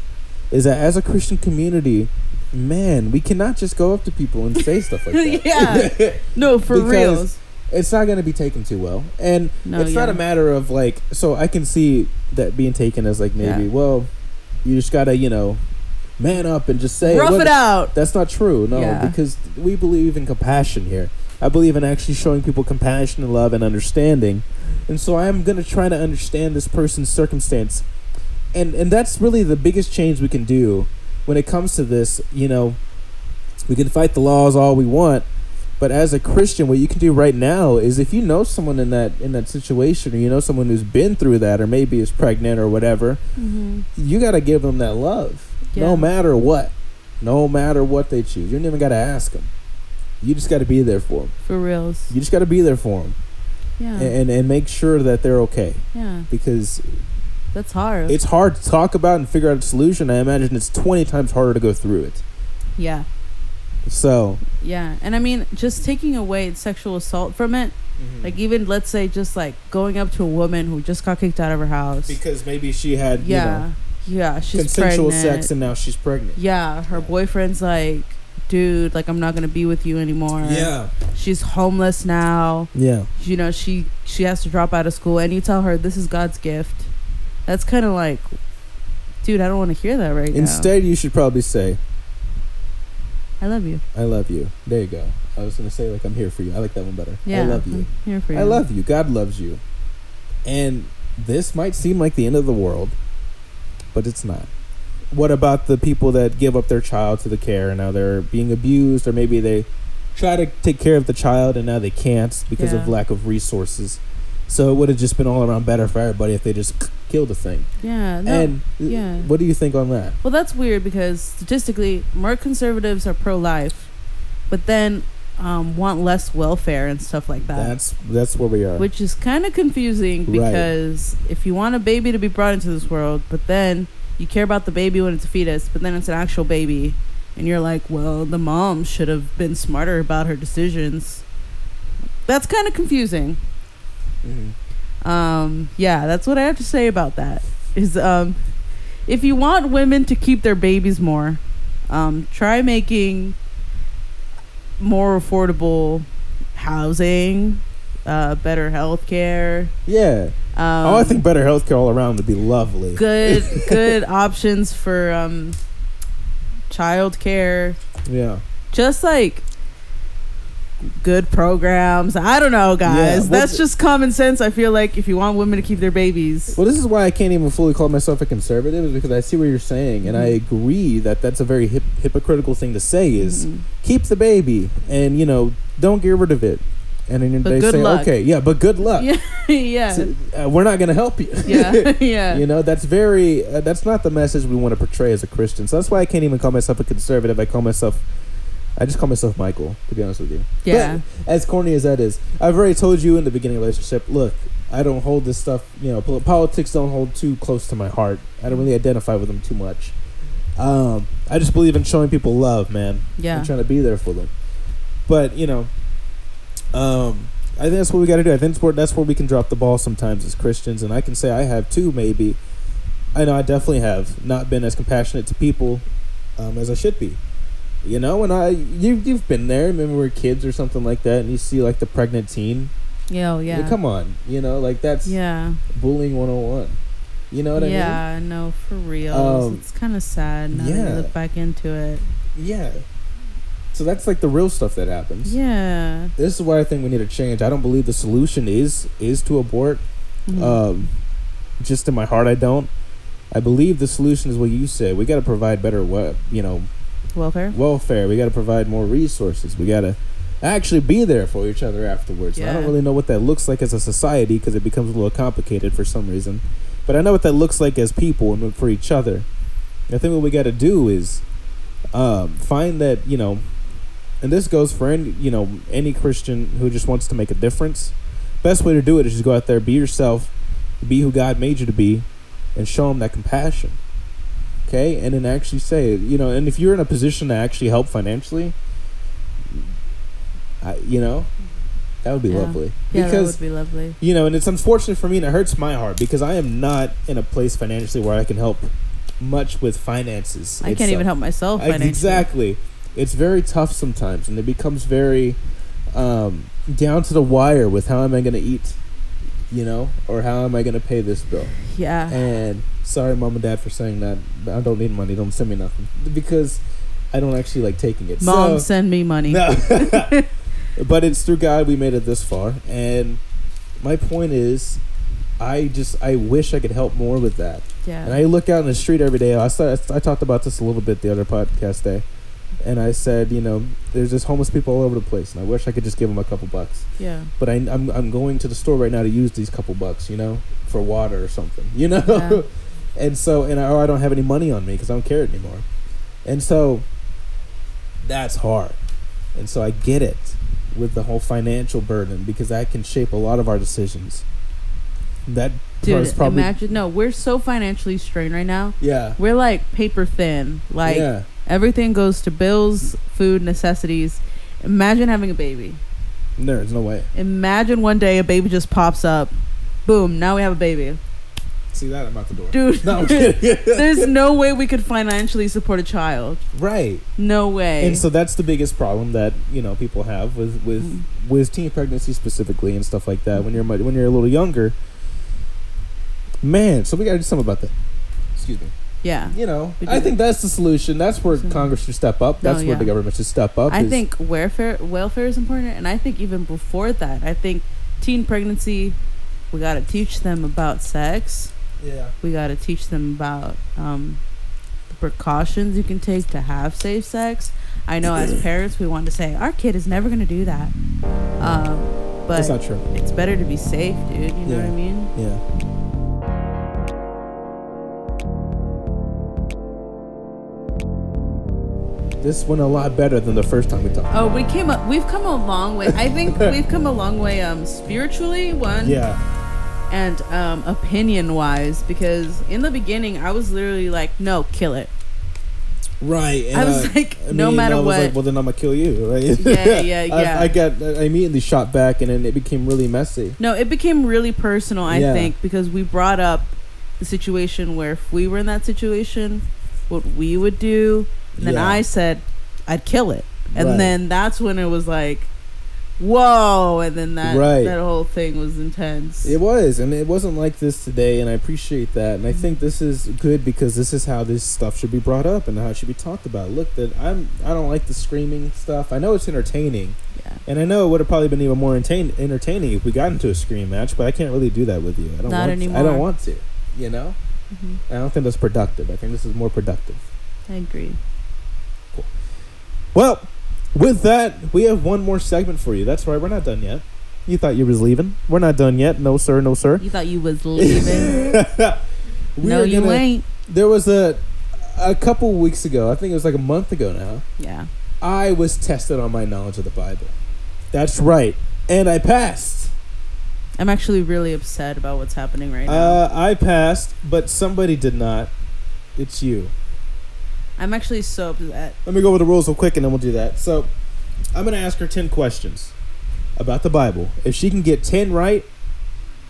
[SPEAKER 1] is that as a Christian community, man, we cannot just go up to people and say stuff like that.
[SPEAKER 2] Yeah. no, for
[SPEAKER 1] because-
[SPEAKER 2] real.
[SPEAKER 1] It's not going to be taken too well, and
[SPEAKER 2] No,
[SPEAKER 1] it's not
[SPEAKER 2] yeah.
[SPEAKER 1] a matter of like. So I can see that being taken as like maybe,
[SPEAKER 2] Yeah.
[SPEAKER 1] well, you just gotta you know, man up and just say
[SPEAKER 2] rough
[SPEAKER 1] "Look,
[SPEAKER 2] it out.
[SPEAKER 1] That's not true, no,
[SPEAKER 2] Yeah.
[SPEAKER 1] because we believe in compassion here. I believe in actually showing people compassion and love and understanding. And so I am going to try to understand this person's circumstance. And and that's really the biggest change we can do when it comes to this, you know, we can fight the laws all we want, but as a Christian, what you can do right now is if you know someone in that in that situation or you know someone who's been through that or maybe is pregnant or whatever,
[SPEAKER 2] Mm-hmm.
[SPEAKER 1] you got to give them that love
[SPEAKER 2] Yeah.
[SPEAKER 1] no matter what no matter what they choose you don't even got to ask them you just got to be there for them
[SPEAKER 2] For reals.
[SPEAKER 1] you just got to be there for them
[SPEAKER 2] Yeah.
[SPEAKER 1] and, and make sure that they're okay
[SPEAKER 2] yeah.
[SPEAKER 1] because
[SPEAKER 2] That's hard.
[SPEAKER 1] it's hard to talk about and figure out a solution i imagine it's 20 times harder to go through it
[SPEAKER 2] yeah.
[SPEAKER 1] so
[SPEAKER 2] Yeah. And I mean, just taking away sexual assault from it, like even let's say just like going up to a woman who just got kicked out of her house.
[SPEAKER 1] because maybe she had
[SPEAKER 2] yeah.
[SPEAKER 1] you know
[SPEAKER 2] yeah. She's
[SPEAKER 1] consensual
[SPEAKER 2] pregnant.
[SPEAKER 1] sex and now she's pregnant
[SPEAKER 2] yeah. Her boyfriend's like, dude, like I'm not gonna be with you anymore.
[SPEAKER 1] yeah
[SPEAKER 2] She's homeless now.
[SPEAKER 1] yeah
[SPEAKER 2] You know, she she has to drop out of school, and you tell her this is God's gift. That's kind of like, dude, I don't want to hear that right now.
[SPEAKER 1] instead you should probably say
[SPEAKER 2] I love you.
[SPEAKER 1] i love you there you go i was gonna say like i'm here for you i like that one better
[SPEAKER 2] Yeah.
[SPEAKER 1] i love you
[SPEAKER 2] I'm here for you.
[SPEAKER 1] I love you. God loves you. And this might seem like the end of the world, but it's not. What about the people that give up their child to the care and now they're being abused, or maybe they try to take care of the child and now they can't because of
[SPEAKER 2] Yeah.
[SPEAKER 1] lack of resources? So it would have just been all around better for everybody if they just killed the thing.
[SPEAKER 2] Yeah. No.
[SPEAKER 1] and
[SPEAKER 2] yeah.
[SPEAKER 1] what do you think on that?
[SPEAKER 2] well, that's weird because statistically, more conservatives are pro-life, but then um, want less welfare and stuff like that,
[SPEAKER 1] That's that's where we are.
[SPEAKER 2] which is kind of confusing
[SPEAKER 1] Right.
[SPEAKER 2] because if you want a baby to be brought into this world, but then you care about the baby when it's a fetus, but then it's an actual baby, and you're like, well, the mom should have been smarter about her decisions. That's kind of confusing.
[SPEAKER 1] Mhm.
[SPEAKER 2] Um, yeah, that's what I have to say about that. Is um, if you want women to keep their babies more, um, try making more affordable housing, uh, better health care.
[SPEAKER 1] Yeah.
[SPEAKER 2] Um,
[SPEAKER 1] oh, I think better healthcare all around would be lovely.
[SPEAKER 2] good good options for um, child care.
[SPEAKER 1] Yeah.
[SPEAKER 2] Just like good programs. I don't know,
[SPEAKER 1] Yeah,
[SPEAKER 2] guys.
[SPEAKER 1] well,
[SPEAKER 2] That's
[SPEAKER 1] th-
[SPEAKER 2] just common sense. I feel like if you want women to keep their babies.
[SPEAKER 1] Well, this is why I can't even fully call myself a conservative, is because I see what you're saying, and I
[SPEAKER 2] Mm-hmm.
[SPEAKER 1] agree that that's a very hip- hypocritical thing to say. Is
[SPEAKER 2] Mhm.
[SPEAKER 1] keep the baby, and you know, don't get rid of it. And then
[SPEAKER 2] But
[SPEAKER 1] they
[SPEAKER 2] good
[SPEAKER 1] say,
[SPEAKER 2] luck.
[SPEAKER 1] okay, yeah, but good luck.
[SPEAKER 2] yeah, yeah,
[SPEAKER 1] So, uh, we're not going to help you.
[SPEAKER 2] yeah, yeah.
[SPEAKER 1] you know, that's very. Uh, that's not the message we want to portray as a Christian. So that's why I can't even call myself a conservative. I call myself. I just call myself Michael, to be honest with you.
[SPEAKER 2] yeah.
[SPEAKER 1] But as corny as that is, I've already told you in the beginning of the relationship. Look, I don't hold this stuff. You know, pol- politics don't hold too close to my heart. I don't really identify with them too much. Um, I just believe in showing people love, man.
[SPEAKER 2] Yeah.
[SPEAKER 1] I'm trying to be there for them. But you know, um, I think that's what we got to do. I think that's where, that's where we can drop the ball sometimes as Christians, and I can say I have too. Maybe I know I definitely have not been as compassionate to people um, as I should be. You know, and I you you've been there. Remember, we were kids or something like that, and you see like the pregnant teen.
[SPEAKER 2] Yeah. oh,
[SPEAKER 1] I mean,
[SPEAKER 2] Yeah.
[SPEAKER 1] come on, you know, like that's
[SPEAKER 2] Yeah.
[SPEAKER 1] bullying one hundred and one. You know what I mean?
[SPEAKER 2] yeah. No, for real.
[SPEAKER 1] Um,
[SPEAKER 2] it's kind of sad now that
[SPEAKER 1] yeah.
[SPEAKER 2] you look back into it.
[SPEAKER 1] Yeah. So that's like the real stuff that happens.
[SPEAKER 2] Yeah.
[SPEAKER 1] this is why I think we need to change. I don't believe the solution is is to abort.
[SPEAKER 2] Mhm.
[SPEAKER 1] Um, just in my heart, I don't. I believe the solution is what you said. We got to provide better, we- you know,
[SPEAKER 2] Welfare.
[SPEAKER 1] welfare. We got to provide more resources. We got to actually be there for each other afterwards. I don't
[SPEAKER 2] Yeah.
[SPEAKER 1] really know what that looks like as a society because it becomes a little complicated for some reason. But I know what that looks like as people and for each other. I think what we got to do is um, find that you know, and this goes for any you know any Christian who just wants to make a difference. Best way to do it is just go out there, be yourself, be who God made you to be, and show them that compassion. Okay, and then actually say you know, and if you're in a position to actually help financially, I, you know, that would be
[SPEAKER 2] Yeah.
[SPEAKER 1] lovely
[SPEAKER 2] Yeah,
[SPEAKER 1] because
[SPEAKER 2] that would be lovely.
[SPEAKER 1] you know, and it's unfortunate for me, and it hurts my heart because I am not in a place financially where I can help much with finances.
[SPEAKER 2] I can't even
[SPEAKER 1] itself.
[SPEAKER 2] help myself financially.
[SPEAKER 1] Exactly, it's very tough sometimes, and it becomes very um, down to the wire with how am I going to eat, you know, or how am I going to pay this bill.
[SPEAKER 2] Yeah.
[SPEAKER 1] And sorry, mom and dad, for saying that. but I don't need money. Don't send me nothing because I don't actually like taking it.
[SPEAKER 2] Mom,
[SPEAKER 1] So-
[SPEAKER 2] send me money.
[SPEAKER 1] no. but it's through God we made it this far. And my point is, I just I wish I could help more with that.
[SPEAKER 2] Yeah.
[SPEAKER 1] And I look out in the street every day. I saw, I talked about this a little bit the other podcast day, and I said, you know, there's just homeless people all over the place, and I wish I could just give them a couple bucks.
[SPEAKER 2] yeah.
[SPEAKER 1] But I, I'm I'm going to the store right now to use these couple bucks, you know, for water or something, you know.
[SPEAKER 2] Yeah.
[SPEAKER 1] and so and I, or I don't have any money on me because I don't care anymore, and so that's hard, and so I get it with the whole financial burden because that can shape a lot of our decisions. That part is
[SPEAKER 2] Dude,
[SPEAKER 1] probably
[SPEAKER 2] imagine. No, we're so financially strained right now.
[SPEAKER 1] yeah
[SPEAKER 2] We're like paper thin. Like
[SPEAKER 1] yeah.
[SPEAKER 2] everything goes to bills, food, necessities. Imagine having a baby.
[SPEAKER 1] No, There's no way.
[SPEAKER 2] Imagine one day a baby just pops up. Boom, now we have a baby.
[SPEAKER 1] See that? I'm out the door.
[SPEAKER 2] Dude.
[SPEAKER 1] No, I'm kidding.
[SPEAKER 2] There's no way we could financially support a child.
[SPEAKER 1] right.
[SPEAKER 2] No way.
[SPEAKER 1] And so that's the biggest problem that you know people have with with
[SPEAKER 2] Mm.
[SPEAKER 1] with teen pregnancy specifically and stuff like that. When you're mu- when you're a little younger, man. So we got to do something about that. Excuse me.
[SPEAKER 2] yeah.
[SPEAKER 1] You know,
[SPEAKER 2] We do.
[SPEAKER 1] I think that's the solution. That's where
[SPEAKER 2] So-
[SPEAKER 1] Congress should step up.
[SPEAKER 2] No,
[SPEAKER 1] That's where
[SPEAKER 2] yeah.
[SPEAKER 1] the government should step up.
[SPEAKER 2] I
[SPEAKER 1] is-
[SPEAKER 2] think welfare welfare is important, and I think even before that, I think teen pregnancy, we gotta teach them about sex.
[SPEAKER 1] Yeah.
[SPEAKER 2] We gotta teach them about um, the precautions you can take to have safe sex. I know as parents, we want to say our kid is never gonna do that, um,
[SPEAKER 1] That's
[SPEAKER 2] but
[SPEAKER 1] not true.
[SPEAKER 2] it's better to be safe, dude. You know
[SPEAKER 1] Yeah.
[SPEAKER 2] what I mean?
[SPEAKER 1] Yeah. This went a lot better than the first time we talked.
[SPEAKER 2] Oh, we came up. We've come a long way. I think we've come a long way um, spiritually. One.
[SPEAKER 1] Yeah.
[SPEAKER 2] and um, opinion wise because in the beginning I was literally like, no, kill it.
[SPEAKER 1] Right. And
[SPEAKER 2] I was like, no matter
[SPEAKER 1] I was
[SPEAKER 2] what.
[SPEAKER 1] Like, well, then I'm gonna kill you. Right?
[SPEAKER 2] Yeah, yeah, yeah.
[SPEAKER 1] I, I got. I immediately shot back, and then it became really messy.
[SPEAKER 2] No, it became really personal, I
[SPEAKER 1] Yeah.
[SPEAKER 2] think, because we brought up the situation where if we were in that situation, what we would do. And then
[SPEAKER 1] Yeah.
[SPEAKER 2] I said, I'd kill it. And
[SPEAKER 1] Right.
[SPEAKER 2] then that's when it was like, whoa. And then that,
[SPEAKER 1] Right.
[SPEAKER 2] that whole thing was intense.
[SPEAKER 1] It was, and it wasn't like this today, and I appreciate that, and I think this is good because this is how this stuff should be brought up and how it should be talked about. Look, that I'm. I don't like the screaming stuff. I know it's entertaining,
[SPEAKER 2] Yeah.
[SPEAKER 1] and I know it would have probably been even more entertain, entertaining if we got into a scream match, but I can't really do that with you. I don't. want
[SPEAKER 2] Not
[SPEAKER 1] To, I don't
[SPEAKER 2] anymore.
[SPEAKER 1] want to. You know.
[SPEAKER 2] Mhm.
[SPEAKER 1] I don't think that's productive. I think this is more productive.
[SPEAKER 2] I agree.
[SPEAKER 1] Well, with that, we have one more segment for you. That's right, we're not done yet. You thought you was leaving. We're not done yet. No, sir, no, sir.
[SPEAKER 2] You thought you was leaving.
[SPEAKER 1] We
[SPEAKER 2] no,
[SPEAKER 1] are
[SPEAKER 2] you
[SPEAKER 1] gonna-
[SPEAKER 2] ain't.
[SPEAKER 1] There was a a couple weeks ago, I think it was like a month ago now,
[SPEAKER 2] Yeah.
[SPEAKER 1] I was tested on my knowledge of the Bible. That's right. And I passed.
[SPEAKER 2] I'm actually really upset about what's happening right now.
[SPEAKER 1] Uh, I passed, but somebody did not. It's you.
[SPEAKER 2] I'm actually so upset.
[SPEAKER 1] Let me go over the rules real quick and then we'll do that. So, I'm going to ask her 10 questions about the Bible. If she can get 10 right,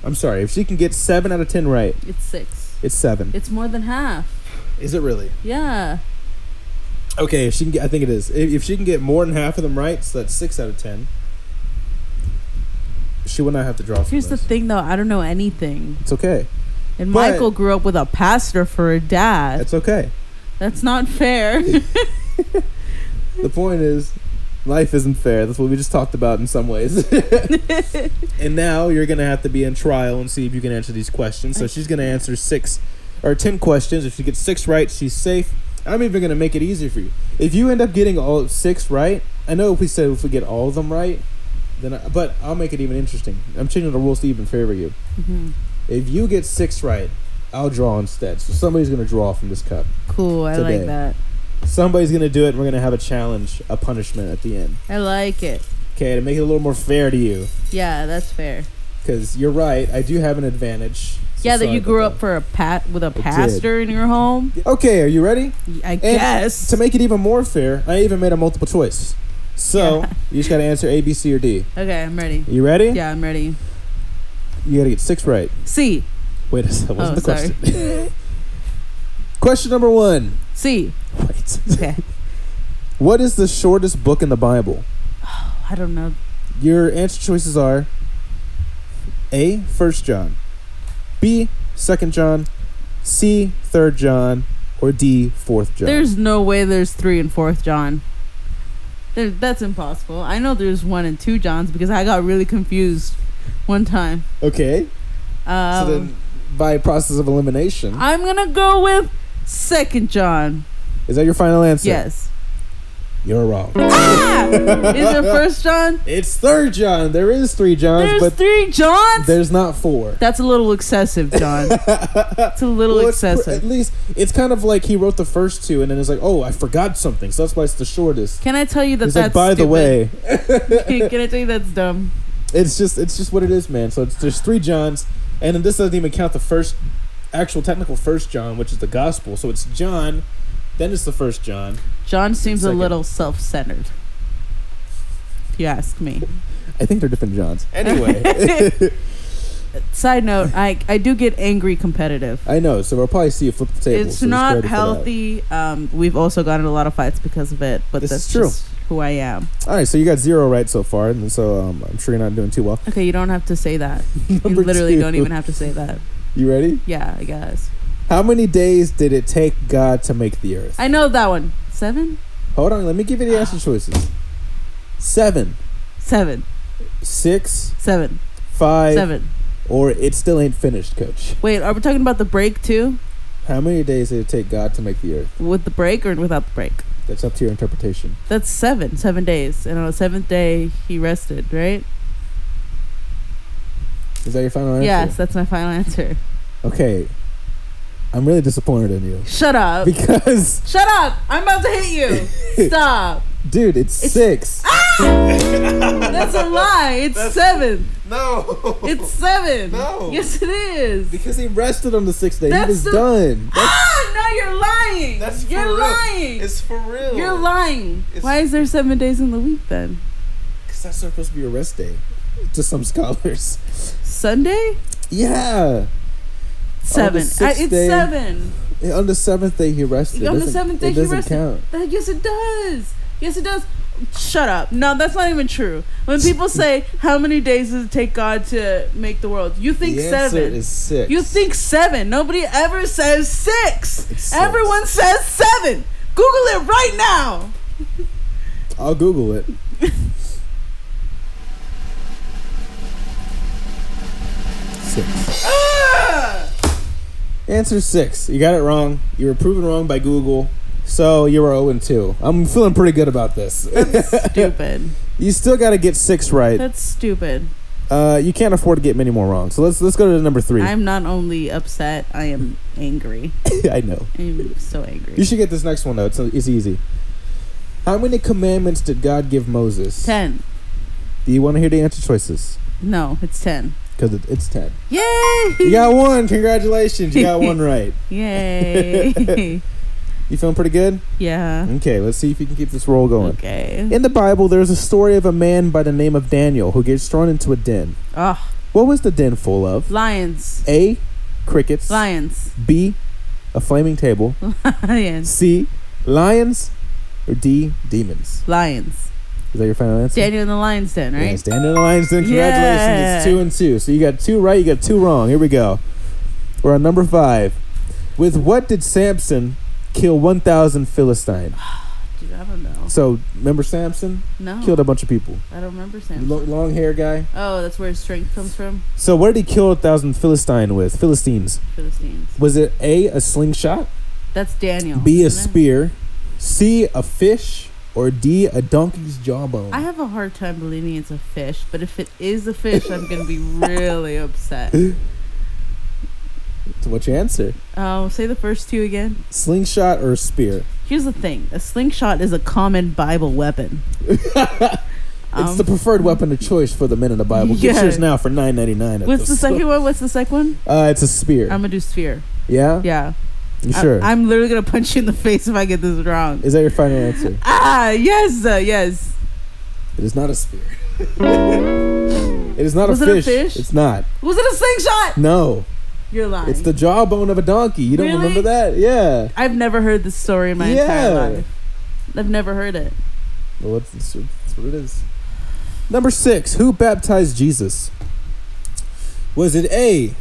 [SPEAKER 1] I'm sorry, if she can get 7 out of 10 right,
[SPEAKER 2] It's six.
[SPEAKER 1] it's 7.
[SPEAKER 2] It's more than half.
[SPEAKER 1] Is it really?
[SPEAKER 2] Yeah.
[SPEAKER 1] Okay, if she can get, I think it is. If, if she can get more than half of them right, so that's 6 out of 10. She would not have to draw from
[SPEAKER 2] Here's the
[SPEAKER 1] this.
[SPEAKER 2] thing, though. I don't know anything.
[SPEAKER 1] It's okay.
[SPEAKER 2] And
[SPEAKER 1] But-
[SPEAKER 2] Michael grew up with a pastor for a dad. That's,
[SPEAKER 1] It's okay.
[SPEAKER 2] not fair.
[SPEAKER 1] The point is, life isn't fair. That's what we just talked about in some ways. and now you're gonna have to be in trial and see if you can answer these questions. So she's gonna answer six or ten questions. If she gets six right, she's safe. I'm even gonna make it easier for you. If you end up getting all six right, I know if we said if we get all of them right, then I, but I'll make it even interesting. I'm changing the rules to even favor you.
[SPEAKER 2] Mhm.
[SPEAKER 1] If you get six right, I'll draw instead. So somebody's gonna draw from this cup.
[SPEAKER 2] Cool. I
[SPEAKER 1] Today.
[SPEAKER 2] like that.
[SPEAKER 1] Somebody's gonna do it. and We're gonna have a challenge, a punishment at the end.
[SPEAKER 2] I like it.
[SPEAKER 1] Okay, to make it a little more fair to you,
[SPEAKER 2] Yeah, that's fair.
[SPEAKER 1] because you're right. I do have an advantage. So
[SPEAKER 2] yeah, that
[SPEAKER 1] sorry
[SPEAKER 2] you
[SPEAKER 1] about
[SPEAKER 2] grew up for a pat with a
[SPEAKER 1] did.
[SPEAKER 2] pastor in your home.
[SPEAKER 1] Okay, are you ready?
[SPEAKER 2] I guess.
[SPEAKER 1] To make it even more fair, I even made a multiple choice. So
[SPEAKER 2] Yeah.
[SPEAKER 1] you just gotta answer A, B, C, or D.
[SPEAKER 2] okay, I'm ready.
[SPEAKER 1] You ready?
[SPEAKER 2] Yeah, I'm ready.
[SPEAKER 1] You gotta get six right.
[SPEAKER 2] C.
[SPEAKER 1] Wait, that wasn't
[SPEAKER 2] Oh,
[SPEAKER 1] the
[SPEAKER 2] sorry.
[SPEAKER 1] question. question number one.
[SPEAKER 2] C.
[SPEAKER 1] Wait.
[SPEAKER 2] Okay.
[SPEAKER 1] What is the shortest book in the Bible?
[SPEAKER 2] I don't know.
[SPEAKER 1] Your answer choices are A, First John, B, Second John, C, Third John, or D, Fourth John.
[SPEAKER 2] There's no way there's three and fourth John. There, that's impossible. I know there's one and two Johns because I got really confused one time.
[SPEAKER 1] okay.
[SPEAKER 2] Um,
[SPEAKER 1] so then, by process of elimination,
[SPEAKER 2] I'm gonna go with second John.
[SPEAKER 1] is that your final answer?
[SPEAKER 2] Yes.
[SPEAKER 1] You're wrong.
[SPEAKER 2] Ah! Is it first John?
[SPEAKER 1] It's Third John. There is three Johns,
[SPEAKER 2] There's
[SPEAKER 1] but
[SPEAKER 2] three Johns.
[SPEAKER 1] there's not four.
[SPEAKER 2] That's a little excessive, John. it's a little
[SPEAKER 1] Well, it's pr-
[SPEAKER 2] excessive.
[SPEAKER 1] at least it's kind of like he wrote the first two, and then it's like, oh, I forgot something, so that's why it's the shortest.
[SPEAKER 2] Can I tell you that
[SPEAKER 1] It's
[SPEAKER 2] that's
[SPEAKER 1] like, by the
[SPEAKER 2] stupid?
[SPEAKER 1] way,
[SPEAKER 2] Can I tell you that's dumb?
[SPEAKER 1] it's just it's just what it is, man. So it's there's three Johns, and then this doesn't even count the first actual technical first John, which is the gospel. So it's John, then it's the first John.
[SPEAKER 2] John seems a
[SPEAKER 1] second.
[SPEAKER 2] little self-centered. If you ask me.
[SPEAKER 1] I think they're different Johns. Anyway,
[SPEAKER 2] Side note, I I do get angry competitive.
[SPEAKER 1] I know. So we'll probably see you flip the table.
[SPEAKER 2] it's
[SPEAKER 1] so just
[SPEAKER 2] not
[SPEAKER 1] credit for that.
[SPEAKER 2] healthy. Um, we've also gotten a lot of fights because of it, but
[SPEAKER 1] This
[SPEAKER 2] that's
[SPEAKER 1] is true.
[SPEAKER 2] just who I am.
[SPEAKER 1] All right, so you got zero right so far, and so um, I'm sure you're not doing too well.
[SPEAKER 2] Okay, you don't have to say that. you
[SPEAKER 1] Number
[SPEAKER 2] literally
[SPEAKER 1] two.
[SPEAKER 2] do don't even have to say that.
[SPEAKER 1] You ready?
[SPEAKER 2] Yeah, I guess.
[SPEAKER 1] How many days did it take God to make the earth?
[SPEAKER 2] I know that one. Seven?
[SPEAKER 1] Hold on, let me give you the answer choices. Seven,
[SPEAKER 2] Seven.
[SPEAKER 1] six,
[SPEAKER 2] Seven.
[SPEAKER 1] five,
[SPEAKER 2] Seven.
[SPEAKER 1] or it still ain't finished, coach.
[SPEAKER 2] Wait, are we talking about the break too?
[SPEAKER 1] How many days did it take God to make the earth?
[SPEAKER 2] With the break or without the break?
[SPEAKER 1] That's up to your interpretation.
[SPEAKER 2] That's seven. Seven days. And on the seventh day, he rested, right?
[SPEAKER 1] Is that your final answer?
[SPEAKER 2] Yes, that's my final answer.
[SPEAKER 1] Okay. I'm really disappointed in you.
[SPEAKER 2] Shut up.
[SPEAKER 1] Because,
[SPEAKER 2] Shut up. I'm about to hit you. Stop.
[SPEAKER 1] dude, it's,
[SPEAKER 2] It's- Ah!
[SPEAKER 1] six.
[SPEAKER 2] That's a lie. It's seven.
[SPEAKER 1] No!
[SPEAKER 2] It's seven.
[SPEAKER 1] No.
[SPEAKER 2] Yes, it is.
[SPEAKER 1] because he rested on the sixth day.
[SPEAKER 2] That's
[SPEAKER 1] he was
[SPEAKER 2] the-
[SPEAKER 1] done.
[SPEAKER 2] ah, now you're lying.
[SPEAKER 1] That's for
[SPEAKER 2] you're
[SPEAKER 1] real.
[SPEAKER 2] lying.
[SPEAKER 1] for real.
[SPEAKER 2] you're lying.
[SPEAKER 1] It's-
[SPEAKER 2] Why is there seven days in the week then?
[SPEAKER 1] Because that's supposed to be a rest day to some scholars.
[SPEAKER 2] Sunday?
[SPEAKER 1] Yeah.
[SPEAKER 2] Seven. I,
[SPEAKER 1] Oh, sixth
[SPEAKER 2] it's
[SPEAKER 1] day.
[SPEAKER 2] seven.
[SPEAKER 1] On the seventh day, he rested.
[SPEAKER 2] On the
[SPEAKER 1] Doesn't-
[SPEAKER 2] seventh day,
[SPEAKER 1] it
[SPEAKER 2] he
[SPEAKER 1] doesn't
[SPEAKER 2] rested.
[SPEAKER 1] count.
[SPEAKER 2] That- yes, it does. Yes, it does. Shut up. No, that's not even true. When people say, How many days does it take God to make the world? You think
[SPEAKER 1] the answer
[SPEAKER 2] seven.
[SPEAKER 1] is six.
[SPEAKER 2] You think seven. Nobody ever says six.
[SPEAKER 1] It's six.
[SPEAKER 2] Everyone says seven. Google it right now.
[SPEAKER 1] I'll Google it. six.
[SPEAKER 2] Ugh.
[SPEAKER 1] Ah! Answer six. You got it wrong. You were proven wrong by Google. So you were 0 and 2. I'm feeling pretty good about this.
[SPEAKER 2] stupid.
[SPEAKER 1] you still got to get six right.
[SPEAKER 2] That's stupid.
[SPEAKER 1] Uh, you can't afford to get many more wrong. So let's let's go to number three.
[SPEAKER 2] I'm not only upset, I am angry.
[SPEAKER 1] I know.
[SPEAKER 2] I'm so
[SPEAKER 1] You
[SPEAKER 2] angry.
[SPEAKER 1] should get this next one though. It's it's easy. How many commandments did God give Moses?
[SPEAKER 2] Ten.
[SPEAKER 1] Do you want to hear the answer choices?
[SPEAKER 2] No, it's ten.
[SPEAKER 1] Because it, it's ten.
[SPEAKER 2] Yay!
[SPEAKER 1] You got one. Congratulations. You got one right.
[SPEAKER 2] Yay!
[SPEAKER 1] You feeling pretty good?
[SPEAKER 2] yeah.
[SPEAKER 1] Okay, let's see if you can keep this roll going.
[SPEAKER 2] Okay.
[SPEAKER 1] In the Bible, there's a story of a man by the name of Daniel who gets thrown into a den.
[SPEAKER 2] Oh,
[SPEAKER 1] What was the den full of?
[SPEAKER 2] lions.
[SPEAKER 1] A. Crickets.
[SPEAKER 2] Lions.
[SPEAKER 1] B. A flaming table.
[SPEAKER 2] Lions.
[SPEAKER 1] C. Lions. Or D. Demons.
[SPEAKER 2] Lions.
[SPEAKER 1] Is that your final answer?
[SPEAKER 2] Daniel in the lion's den, right?
[SPEAKER 1] Yes, Daniel and the Lions Den. Congratulations. It's
[SPEAKER 2] Yeah.
[SPEAKER 1] two and two. So you got two right, you got two wrong. Here we go. We're on number five. With what did Samson kill 1,000 Philistine?
[SPEAKER 2] Dude, I don't know.
[SPEAKER 1] So remember Samson?
[SPEAKER 2] No.
[SPEAKER 1] Killed a bunch of people.
[SPEAKER 2] I don't remember Sam.
[SPEAKER 1] Lo- long hair guy.
[SPEAKER 2] Oh, that's where his strength comes from?
[SPEAKER 1] So what did he kill 1,000 Philistine with? Philistines.
[SPEAKER 2] Philistines.
[SPEAKER 1] Was it A, a slingshot?
[SPEAKER 2] That's Daniel.
[SPEAKER 1] B, a
[SPEAKER 2] isn't it?
[SPEAKER 1] spear? C, a fish? Or D, a donkey's jawbone?
[SPEAKER 2] I have a hard time believing it's a fish, but if it is a fish, I'm gonna be really upset.
[SPEAKER 1] So what's your answer?
[SPEAKER 2] Um, say the first two again.
[SPEAKER 1] Slingshot or spear?
[SPEAKER 2] Here's the thing: a slingshot is a common Bible weapon.
[SPEAKER 1] it's the preferred weapon of choice for the men in the Bible. Get
[SPEAKER 2] Um, Yeah.
[SPEAKER 1] yours now for nine ninety nine.
[SPEAKER 2] What's the second one? What's the second one?
[SPEAKER 1] Uh, it's a spear.
[SPEAKER 2] I'm gonna do sphere.
[SPEAKER 1] yeah?
[SPEAKER 2] Yeah.
[SPEAKER 1] You
[SPEAKER 2] I-
[SPEAKER 1] sure?
[SPEAKER 2] I'm literally gonna punch you in the face if I get this wrong.
[SPEAKER 1] Is that your final answer?
[SPEAKER 2] ah, yes, uh, yes.
[SPEAKER 1] It is not a spear. it is not
[SPEAKER 2] Was
[SPEAKER 1] a
[SPEAKER 2] it a
[SPEAKER 1] fish.
[SPEAKER 2] fish?
[SPEAKER 1] It's not.
[SPEAKER 2] Was it a slingshot?
[SPEAKER 1] No.
[SPEAKER 2] You're lying.
[SPEAKER 1] It's the jawbone of a donkey. You don't
[SPEAKER 2] Really?
[SPEAKER 1] remember that? Yeah.
[SPEAKER 2] I've never heard this story in my entire
[SPEAKER 1] Yeah.
[SPEAKER 2] life. I've never heard it.
[SPEAKER 1] Well, that's, that's that's what it is. Number six. Who baptized Jesus? Was it A.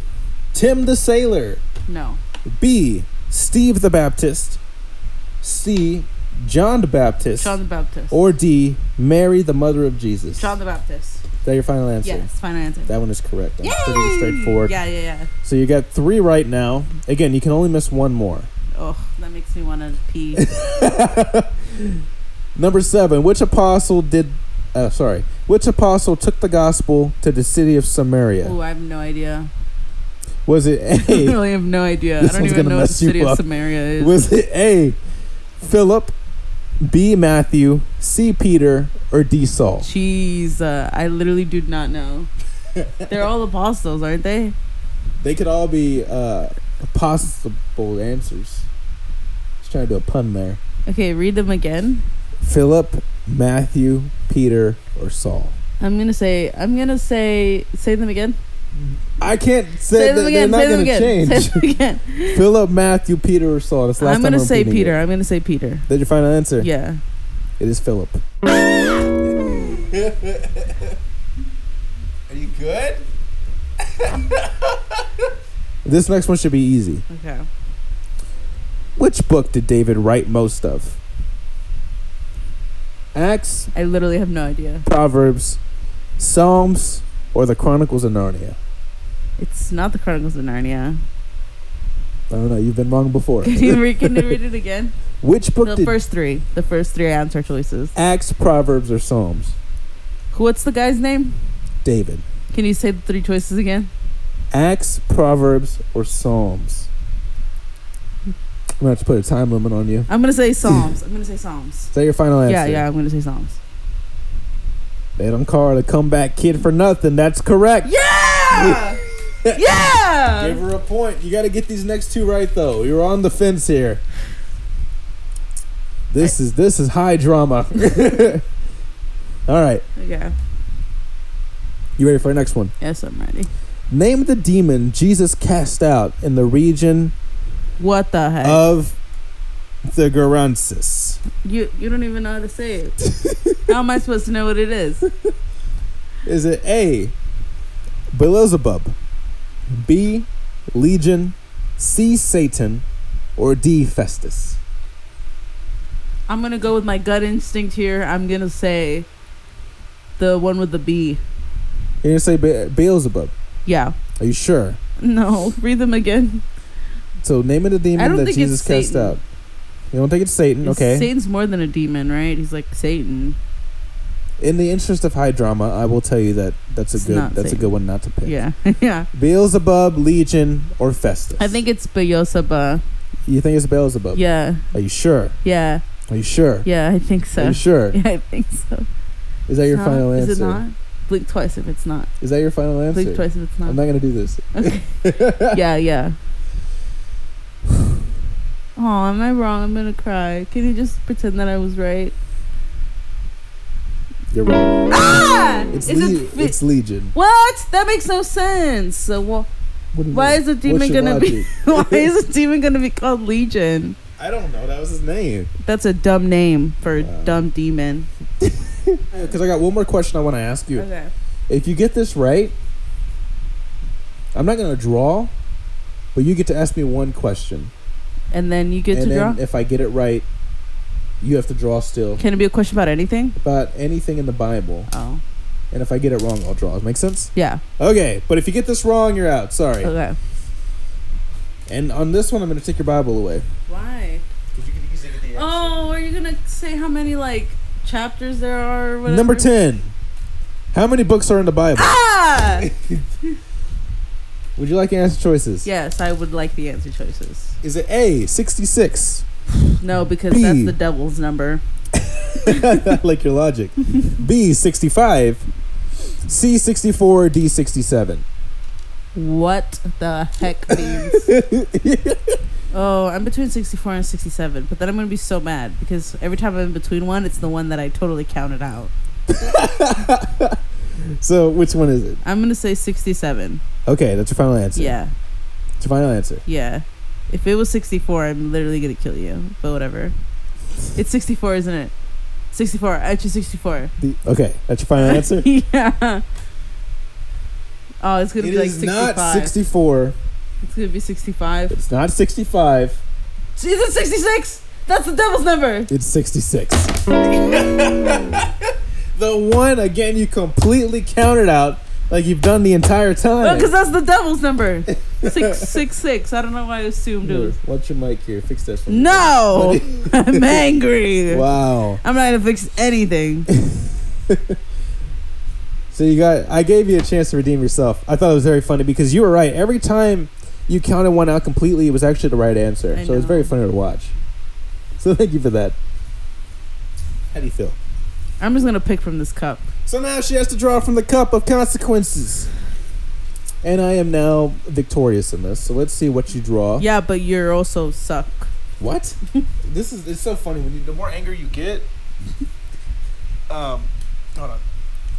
[SPEAKER 1] Tim the Sailor?
[SPEAKER 2] No.
[SPEAKER 1] B. Steve the Baptist? C. John the Baptist?
[SPEAKER 2] John the Baptist.
[SPEAKER 1] or D. Mary the Mother of Jesus?
[SPEAKER 2] John the Baptist.
[SPEAKER 1] Is that your final answer?
[SPEAKER 2] Yes, final answer.
[SPEAKER 1] That one is correct. That's pretty
[SPEAKER 2] Yay!
[SPEAKER 1] straightforward.
[SPEAKER 2] Yeah, yeah, yeah.
[SPEAKER 1] So you got three right now. Again, you can only miss one more.
[SPEAKER 2] Oh, that makes me want to pee.
[SPEAKER 1] Number seven. Which apostle did? Uh, sorry. Which apostle took the gospel to the city of Samaria?
[SPEAKER 2] Oh, I have no idea.
[SPEAKER 1] Was it
[SPEAKER 2] I
[SPEAKER 1] A?
[SPEAKER 2] really have no idea.
[SPEAKER 1] This
[SPEAKER 2] I don't
[SPEAKER 1] one's
[SPEAKER 2] even
[SPEAKER 1] gonna
[SPEAKER 2] know what the
[SPEAKER 1] mess you
[SPEAKER 2] city of
[SPEAKER 1] up.
[SPEAKER 2] Samaria is.
[SPEAKER 1] was it A? Philip, B. Matthew, C. Peter, or D. Saul?
[SPEAKER 2] Jeez, uh, I literally do not know. They're all apostles, aren't they?
[SPEAKER 1] They could all be uh, possible answers. Just trying to do a pun there.
[SPEAKER 2] Okay, read them again.
[SPEAKER 1] Philip, Matthew, Peter, or Saul.
[SPEAKER 2] I'm gonna say. I'm gonna say. Say them again.
[SPEAKER 1] I can't say,
[SPEAKER 2] say
[SPEAKER 1] that
[SPEAKER 2] them again.
[SPEAKER 1] they're
[SPEAKER 2] Say
[SPEAKER 1] not
[SPEAKER 2] them
[SPEAKER 1] going to
[SPEAKER 2] again.
[SPEAKER 1] change.
[SPEAKER 2] Say them again.
[SPEAKER 1] Philip, Matthew, Peter, or Saul. That's the last
[SPEAKER 2] I'm
[SPEAKER 1] time
[SPEAKER 2] gonna
[SPEAKER 1] I'm
[SPEAKER 2] say
[SPEAKER 1] repeating
[SPEAKER 2] Peter.
[SPEAKER 1] It.
[SPEAKER 2] I'm gonna say Peter.
[SPEAKER 1] That's your final answer.
[SPEAKER 2] Yeah.
[SPEAKER 1] It is Philip. Are you good? this next one should be easy.
[SPEAKER 2] Okay.
[SPEAKER 1] Which book did David write most of? Acts,
[SPEAKER 2] I literally have no idea.
[SPEAKER 1] Proverbs, Psalms, or the Chronicles of Narnia?
[SPEAKER 2] It's not the Chronicles of Narnia.
[SPEAKER 1] I don't know. You've been wrong before.
[SPEAKER 2] Can you read, can you read it again?
[SPEAKER 1] Which book
[SPEAKER 2] The
[SPEAKER 1] did
[SPEAKER 2] first three. The first three answer choices.
[SPEAKER 1] Acts, Proverbs, or Psalms?
[SPEAKER 2] Who? What's the guy's name?
[SPEAKER 1] David.
[SPEAKER 2] Can you say the three choices again?
[SPEAKER 1] Acts, Proverbs, or Psalms? I'm gonna have to put a time limit on you.
[SPEAKER 2] I'm gonna say Psalms. I'm gonna say Psalms.
[SPEAKER 1] Is that your final answer?
[SPEAKER 2] Yeah, yeah. I'm gonna say Psalms.
[SPEAKER 1] They don't call her the comeback kid for nothing. That's correct.
[SPEAKER 2] Yeah.
[SPEAKER 1] Give
[SPEAKER 2] yeah.
[SPEAKER 1] her a point. You got to get these next two right, though. You're on the fence here. This is this is high drama. All right,
[SPEAKER 2] Okay.
[SPEAKER 1] you ready for our next one?
[SPEAKER 2] Yes, I'm ready.
[SPEAKER 1] Name the demon Jesus cast out in the region
[SPEAKER 2] What the heck?
[SPEAKER 1] of the Garansis.
[SPEAKER 2] you you don't even know how to say it. how am I supposed to know what it is?
[SPEAKER 1] Is it A. Beelzebub, B. Legion, C. Satan, or D. Festus?
[SPEAKER 2] I'm gonna go with my gut instinct here. I'm gonna say the one with the B.
[SPEAKER 1] You're gonna say Be- Beelzebub.
[SPEAKER 2] Yeah.
[SPEAKER 1] Are you sure?
[SPEAKER 2] No. Read them again.
[SPEAKER 1] So name of the
[SPEAKER 2] I
[SPEAKER 1] demon
[SPEAKER 2] don't
[SPEAKER 1] that
[SPEAKER 2] think
[SPEAKER 1] Jesus
[SPEAKER 2] it's
[SPEAKER 1] cast
[SPEAKER 2] Satan.
[SPEAKER 1] out. You don't think it's Satan? Okay.
[SPEAKER 2] Satan's more than a demon, right? He's like Satan.
[SPEAKER 1] In the interest of high drama, I will tell you that that's a
[SPEAKER 2] It's
[SPEAKER 1] good
[SPEAKER 2] not
[SPEAKER 1] that's
[SPEAKER 2] Satan.
[SPEAKER 1] a good one not to pick.
[SPEAKER 2] Yeah. yeah.
[SPEAKER 1] Beelzebub, Legion, or Festus.
[SPEAKER 2] I think it's Beelzebub.
[SPEAKER 1] you think it's Beelzebub.
[SPEAKER 2] Yeah.
[SPEAKER 1] Are you sure?
[SPEAKER 2] Yeah.
[SPEAKER 1] Are you sure?
[SPEAKER 2] Yeah. I think
[SPEAKER 1] Are
[SPEAKER 2] so.
[SPEAKER 1] you sure?
[SPEAKER 2] Yeah, I think so.
[SPEAKER 1] Is that your
[SPEAKER 2] It's not-
[SPEAKER 1] final answer?
[SPEAKER 2] Is it not? Blink twice if it's not.
[SPEAKER 1] Is that your final answer?
[SPEAKER 2] Blink twice if it's
[SPEAKER 1] I'm not
[SPEAKER 2] not.
[SPEAKER 1] gonna do this.
[SPEAKER 2] yeah, yeah. Oh, am I wrong? I'm gonna cry. Can you just pretend that I was right?
[SPEAKER 1] You're wrong.
[SPEAKER 2] Ah!
[SPEAKER 1] It's,
[SPEAKER 2] Is
[SPEAKER 1] Le-
[SPEAKER 2] it fi-
[SPEAKER 1] it's Legion.
[SPEAKER 2] what? That makes no sense. So wha-
[SPEAKER 1] What do you
[SPEAKER 2] why
[SPEAKER 1] mean?
[SPEAKER 2] is a
[SPEAKER 1] What's
[SPEAKER 2] demon
[SPEAKER 1] your
[SPEAKER 2] gonna be? Why is a demon gonna be called Legion?
[SPEAKER 1] I don't know. That was his name.
[SPEAKER 2] That's a dumb name for a
[SPEAKER 1] Wow.
[SPEAKER 2] dumb demon.
[SPEAKER 1] Because I got one more question I want to ask you.
[SPEAKER 2] Okay.
[SPEAKER 1] If you get this right, I'm not gonna draw, but you get to ask me one question.
[SPEAKER 2] And then you get
[SPEAKER 1] and
[SPEAKER 2] to draw.
[SPEAKER 1] then if I get it right, you have to draw still
[SPEAKER 2] Can it be a question about anything?
[SPEAKER 1] about anything in the Bible.
[SPEAKER 2] Oh,
[SPEAKER 1] And if I get it wrong, I'll draw. Make sense?
[SPEAKER 2] yeah.
[SPEAKER 1] Okay, but if you get this wrong, you're out. Sorry.
[SPEAKER 2] Okay.
[SPEAKER 1] And on this one, I'm gonna take your Bible away.
[SPEAKER 2] Why?
[SPEAKER 1] Because you can easily get the
[SPEAKER 2] Oh, are you gonna say how many like chapters there are? Or whatever?
[SPEAKER 1] Number ten. How many books are in the Bible?
[SPEAKER 2] Ah!
[SPEAKER 1] Would you like answer choices?
[SPEAKER 2] Yes, I would like the answer choices.
[SPEAKER 1] Is it A, 66?
[SPEAKER 2] No, because that's
[SPEAKER 1] B.
[SPEAKER 2] the devil's number.
[SPEAKER 1] like your logic. B, 65. C, 64. D, 67.
[SPEAKER 2] What the heck means? oh, I'm between 64 and 67, but then I'm going to be so mad because every time I'm in between one, it's the one that I totally counted out.
[SPEAKER 1] So which one is it?
[SPEAKER 2] I'm going to say 67.
[SPEAKER 1] Okay, that's your final answer.
[SPEAKER 2] Yeah,
[SPEAKER 1] That's your final answer.
[SPEAKER 2] yeah. If it was 64, I'm literally going to kill you, but whatever. It's 64, isn't it? 64. I choose 64.
[SPEAKER 1] The- okay, that's your final answer?
[SPEAKER 2] yeah. Oh, it's
[SPEAKER 1] It
[SPEAKER 2] going to
[SPEAKER 1] is
[SPEAKER 2] be like 65.
[SPEAKER 1] not 64.
[SPEAKER 2] It's going to be 65.
[SPEAKER 1] It's not 65.
[SPEAKER 2] Is it 66? That's the devil's number.
[SPEAKER 1] It's 66. the one, again, you completely counted out like you've done the entire
[SPEAKER 2] No,
[SPEAKER 1] time.
[SPEAKER 2] because that's the devil's number. six six six. I don't know why I assumed it
[SPEAKER 1] Here,
[SPEAKER 2] was.
[SPEAKER 1] Watch your mic here. Fix that for me.
[SPEAKER 2] No, I'm angry.
[SPEAKER 1] Wow.
[SPEAKER 2] I'm not gonna fix anything.
[SPEAKER 1] So you got. I gave you a chance to redeem yourself. I thought it was very funny because you were right. Every time you counted one out completely, it was actually the right answer.
[SPEAKER 2] I
[SPEAKER 1] so it was
[SPEAKER 2] know.
[SPEAKER 1] very funny to watch. So thank you for that. How do you feel?
[SPEAKER 2] I'm just gonna pick from this cup.
[SPEAKER 1] So now she has to draw from the cup of consequences. And I am now victorious in this. So let's see what you draw.
[SPEAKER 2] Yeah, but you're also suck.
[SPEAKER 1] What? this is it's so funny when you the more anger you get, um hold on.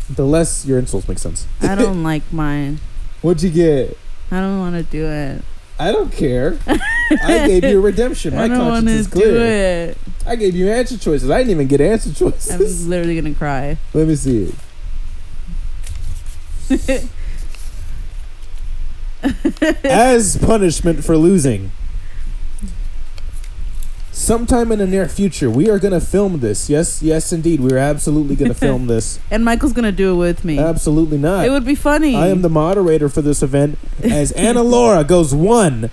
[SPEAKER 1] The less your insults make sense.
[SPEAKER 2] I don't like mine.
[SPEAKER 1] What'd you get?
[SPEAKER 2] I don't want to do it.
[SPEAKER 1] I don't care. I gave you redemption. My
[SPEAKER 2] I don't want
[SPEAKER 1] conscience
[SPEAKER 2] to
[SPEAKER 1] is
[SPEAKER 2] do
[SPEAKER 1] clear.
[SPEAKER 2] it.
[SPEAKER 1] I gave you answer choices. I didn't even get answer
[SPEAKER 2] I'm
[SPEAKER 1] choices.
[SPEAKER 2] literally gonna cry.
[SPEAKER 1] Let me see it. As punishment for losing. Sometime in the near future, we are going to film this. Yes, yes, indeed. We are absolutely going to film this.
[SPEAKER 2] And Michael's gonna do it with me.
[SPEAKER 1] Absolutely not.
[SPEAKER 2] it would be funny.
[SPEAKER 1] Uh, I am the moderator for this event as Anna Laura goes one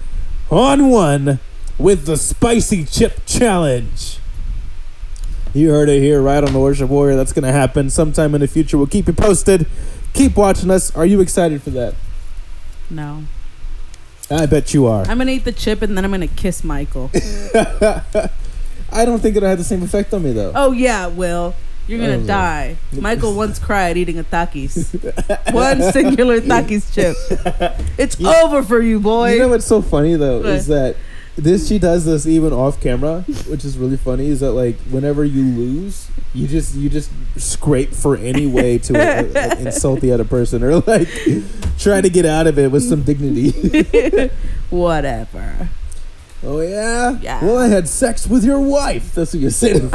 [SPEAKER 1] on one with the spicy chip challenge. You heard it here right on the Worship Warrior. That's going to happen sometime in the future. We'll keep you posted. Keep watching us. Are you excited for that?
[SPEAKER 2] no.
[SPEAKER 1] I bet you are.
[SPEAKER 2] I'm gonna eat the chip and then I'm gonna kiss Michael.
[SPEAKER 1] I don't think it'll have the same effect on me though.
[SPEAKER 2] Oh yeah, Will. You're gonna
[SPEAKER 1] Oh, Lord.
[SPEAKER 2] die. Michael once cried eating a Takis. One singular Takis chip. It's
[SPEAKER 1] You-
[SPEAKER 2] over for you, boy.
[SPEAKER 1] You know what's so funny though
[SPEAKER 2] What?
[SPEAKER 1] is that this she does this even off camera, which is really funny. Is that like whenever you lose, you just you just scrape for any way to uh, uh, insult the other person or like try to get out of it with some dignity.
[SPEAKER 2] Whatever.
[SPEAKER 1] oh yeah,
[SPEAKER 2] Yeah.
[SPEAKER 1] Well, I had sex with your wife. That's what you said.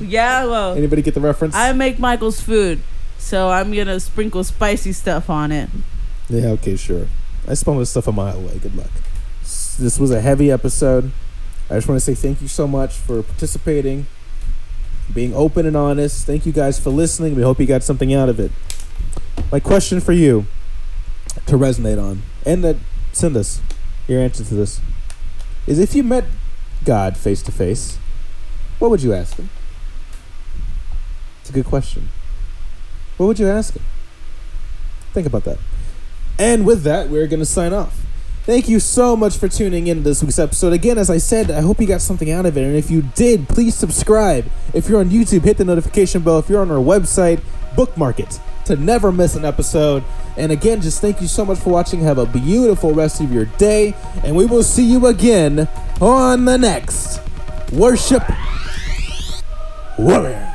[SPEAKER 2] Yeah, well,
[SPEAKER 1] Anybody get the reference?
[SPEAKER 2] I make Michael's food, so I'm gonna sprinkle spicy stuff on it.
[SPEAKER 1] yeah. Okay. Sure. I spun this stuff a mile away. Good luck. S- This was a heavy episode. I just want to say thank you so much for participating, being open and honest. Thank you guys for listening. We hope you got something out of it. My question for you to resonate on and that send us your answer to this is if you met God face to face, what would you ask him? It's a good question. What would you ask him? Think about that. And with that, we're going to sign off. Thank you so much for tuning in to this week's episode. Again, as I said, I hope you got something out of it. And if you did, please subscribe. If you're on YouTube, hit the notification bell. If you're on our website, bookmark it to never miss an episode. And again, just thank you so much for watching. Have a beautiful rest of your day. And we will see you again on the next Worship Warrior.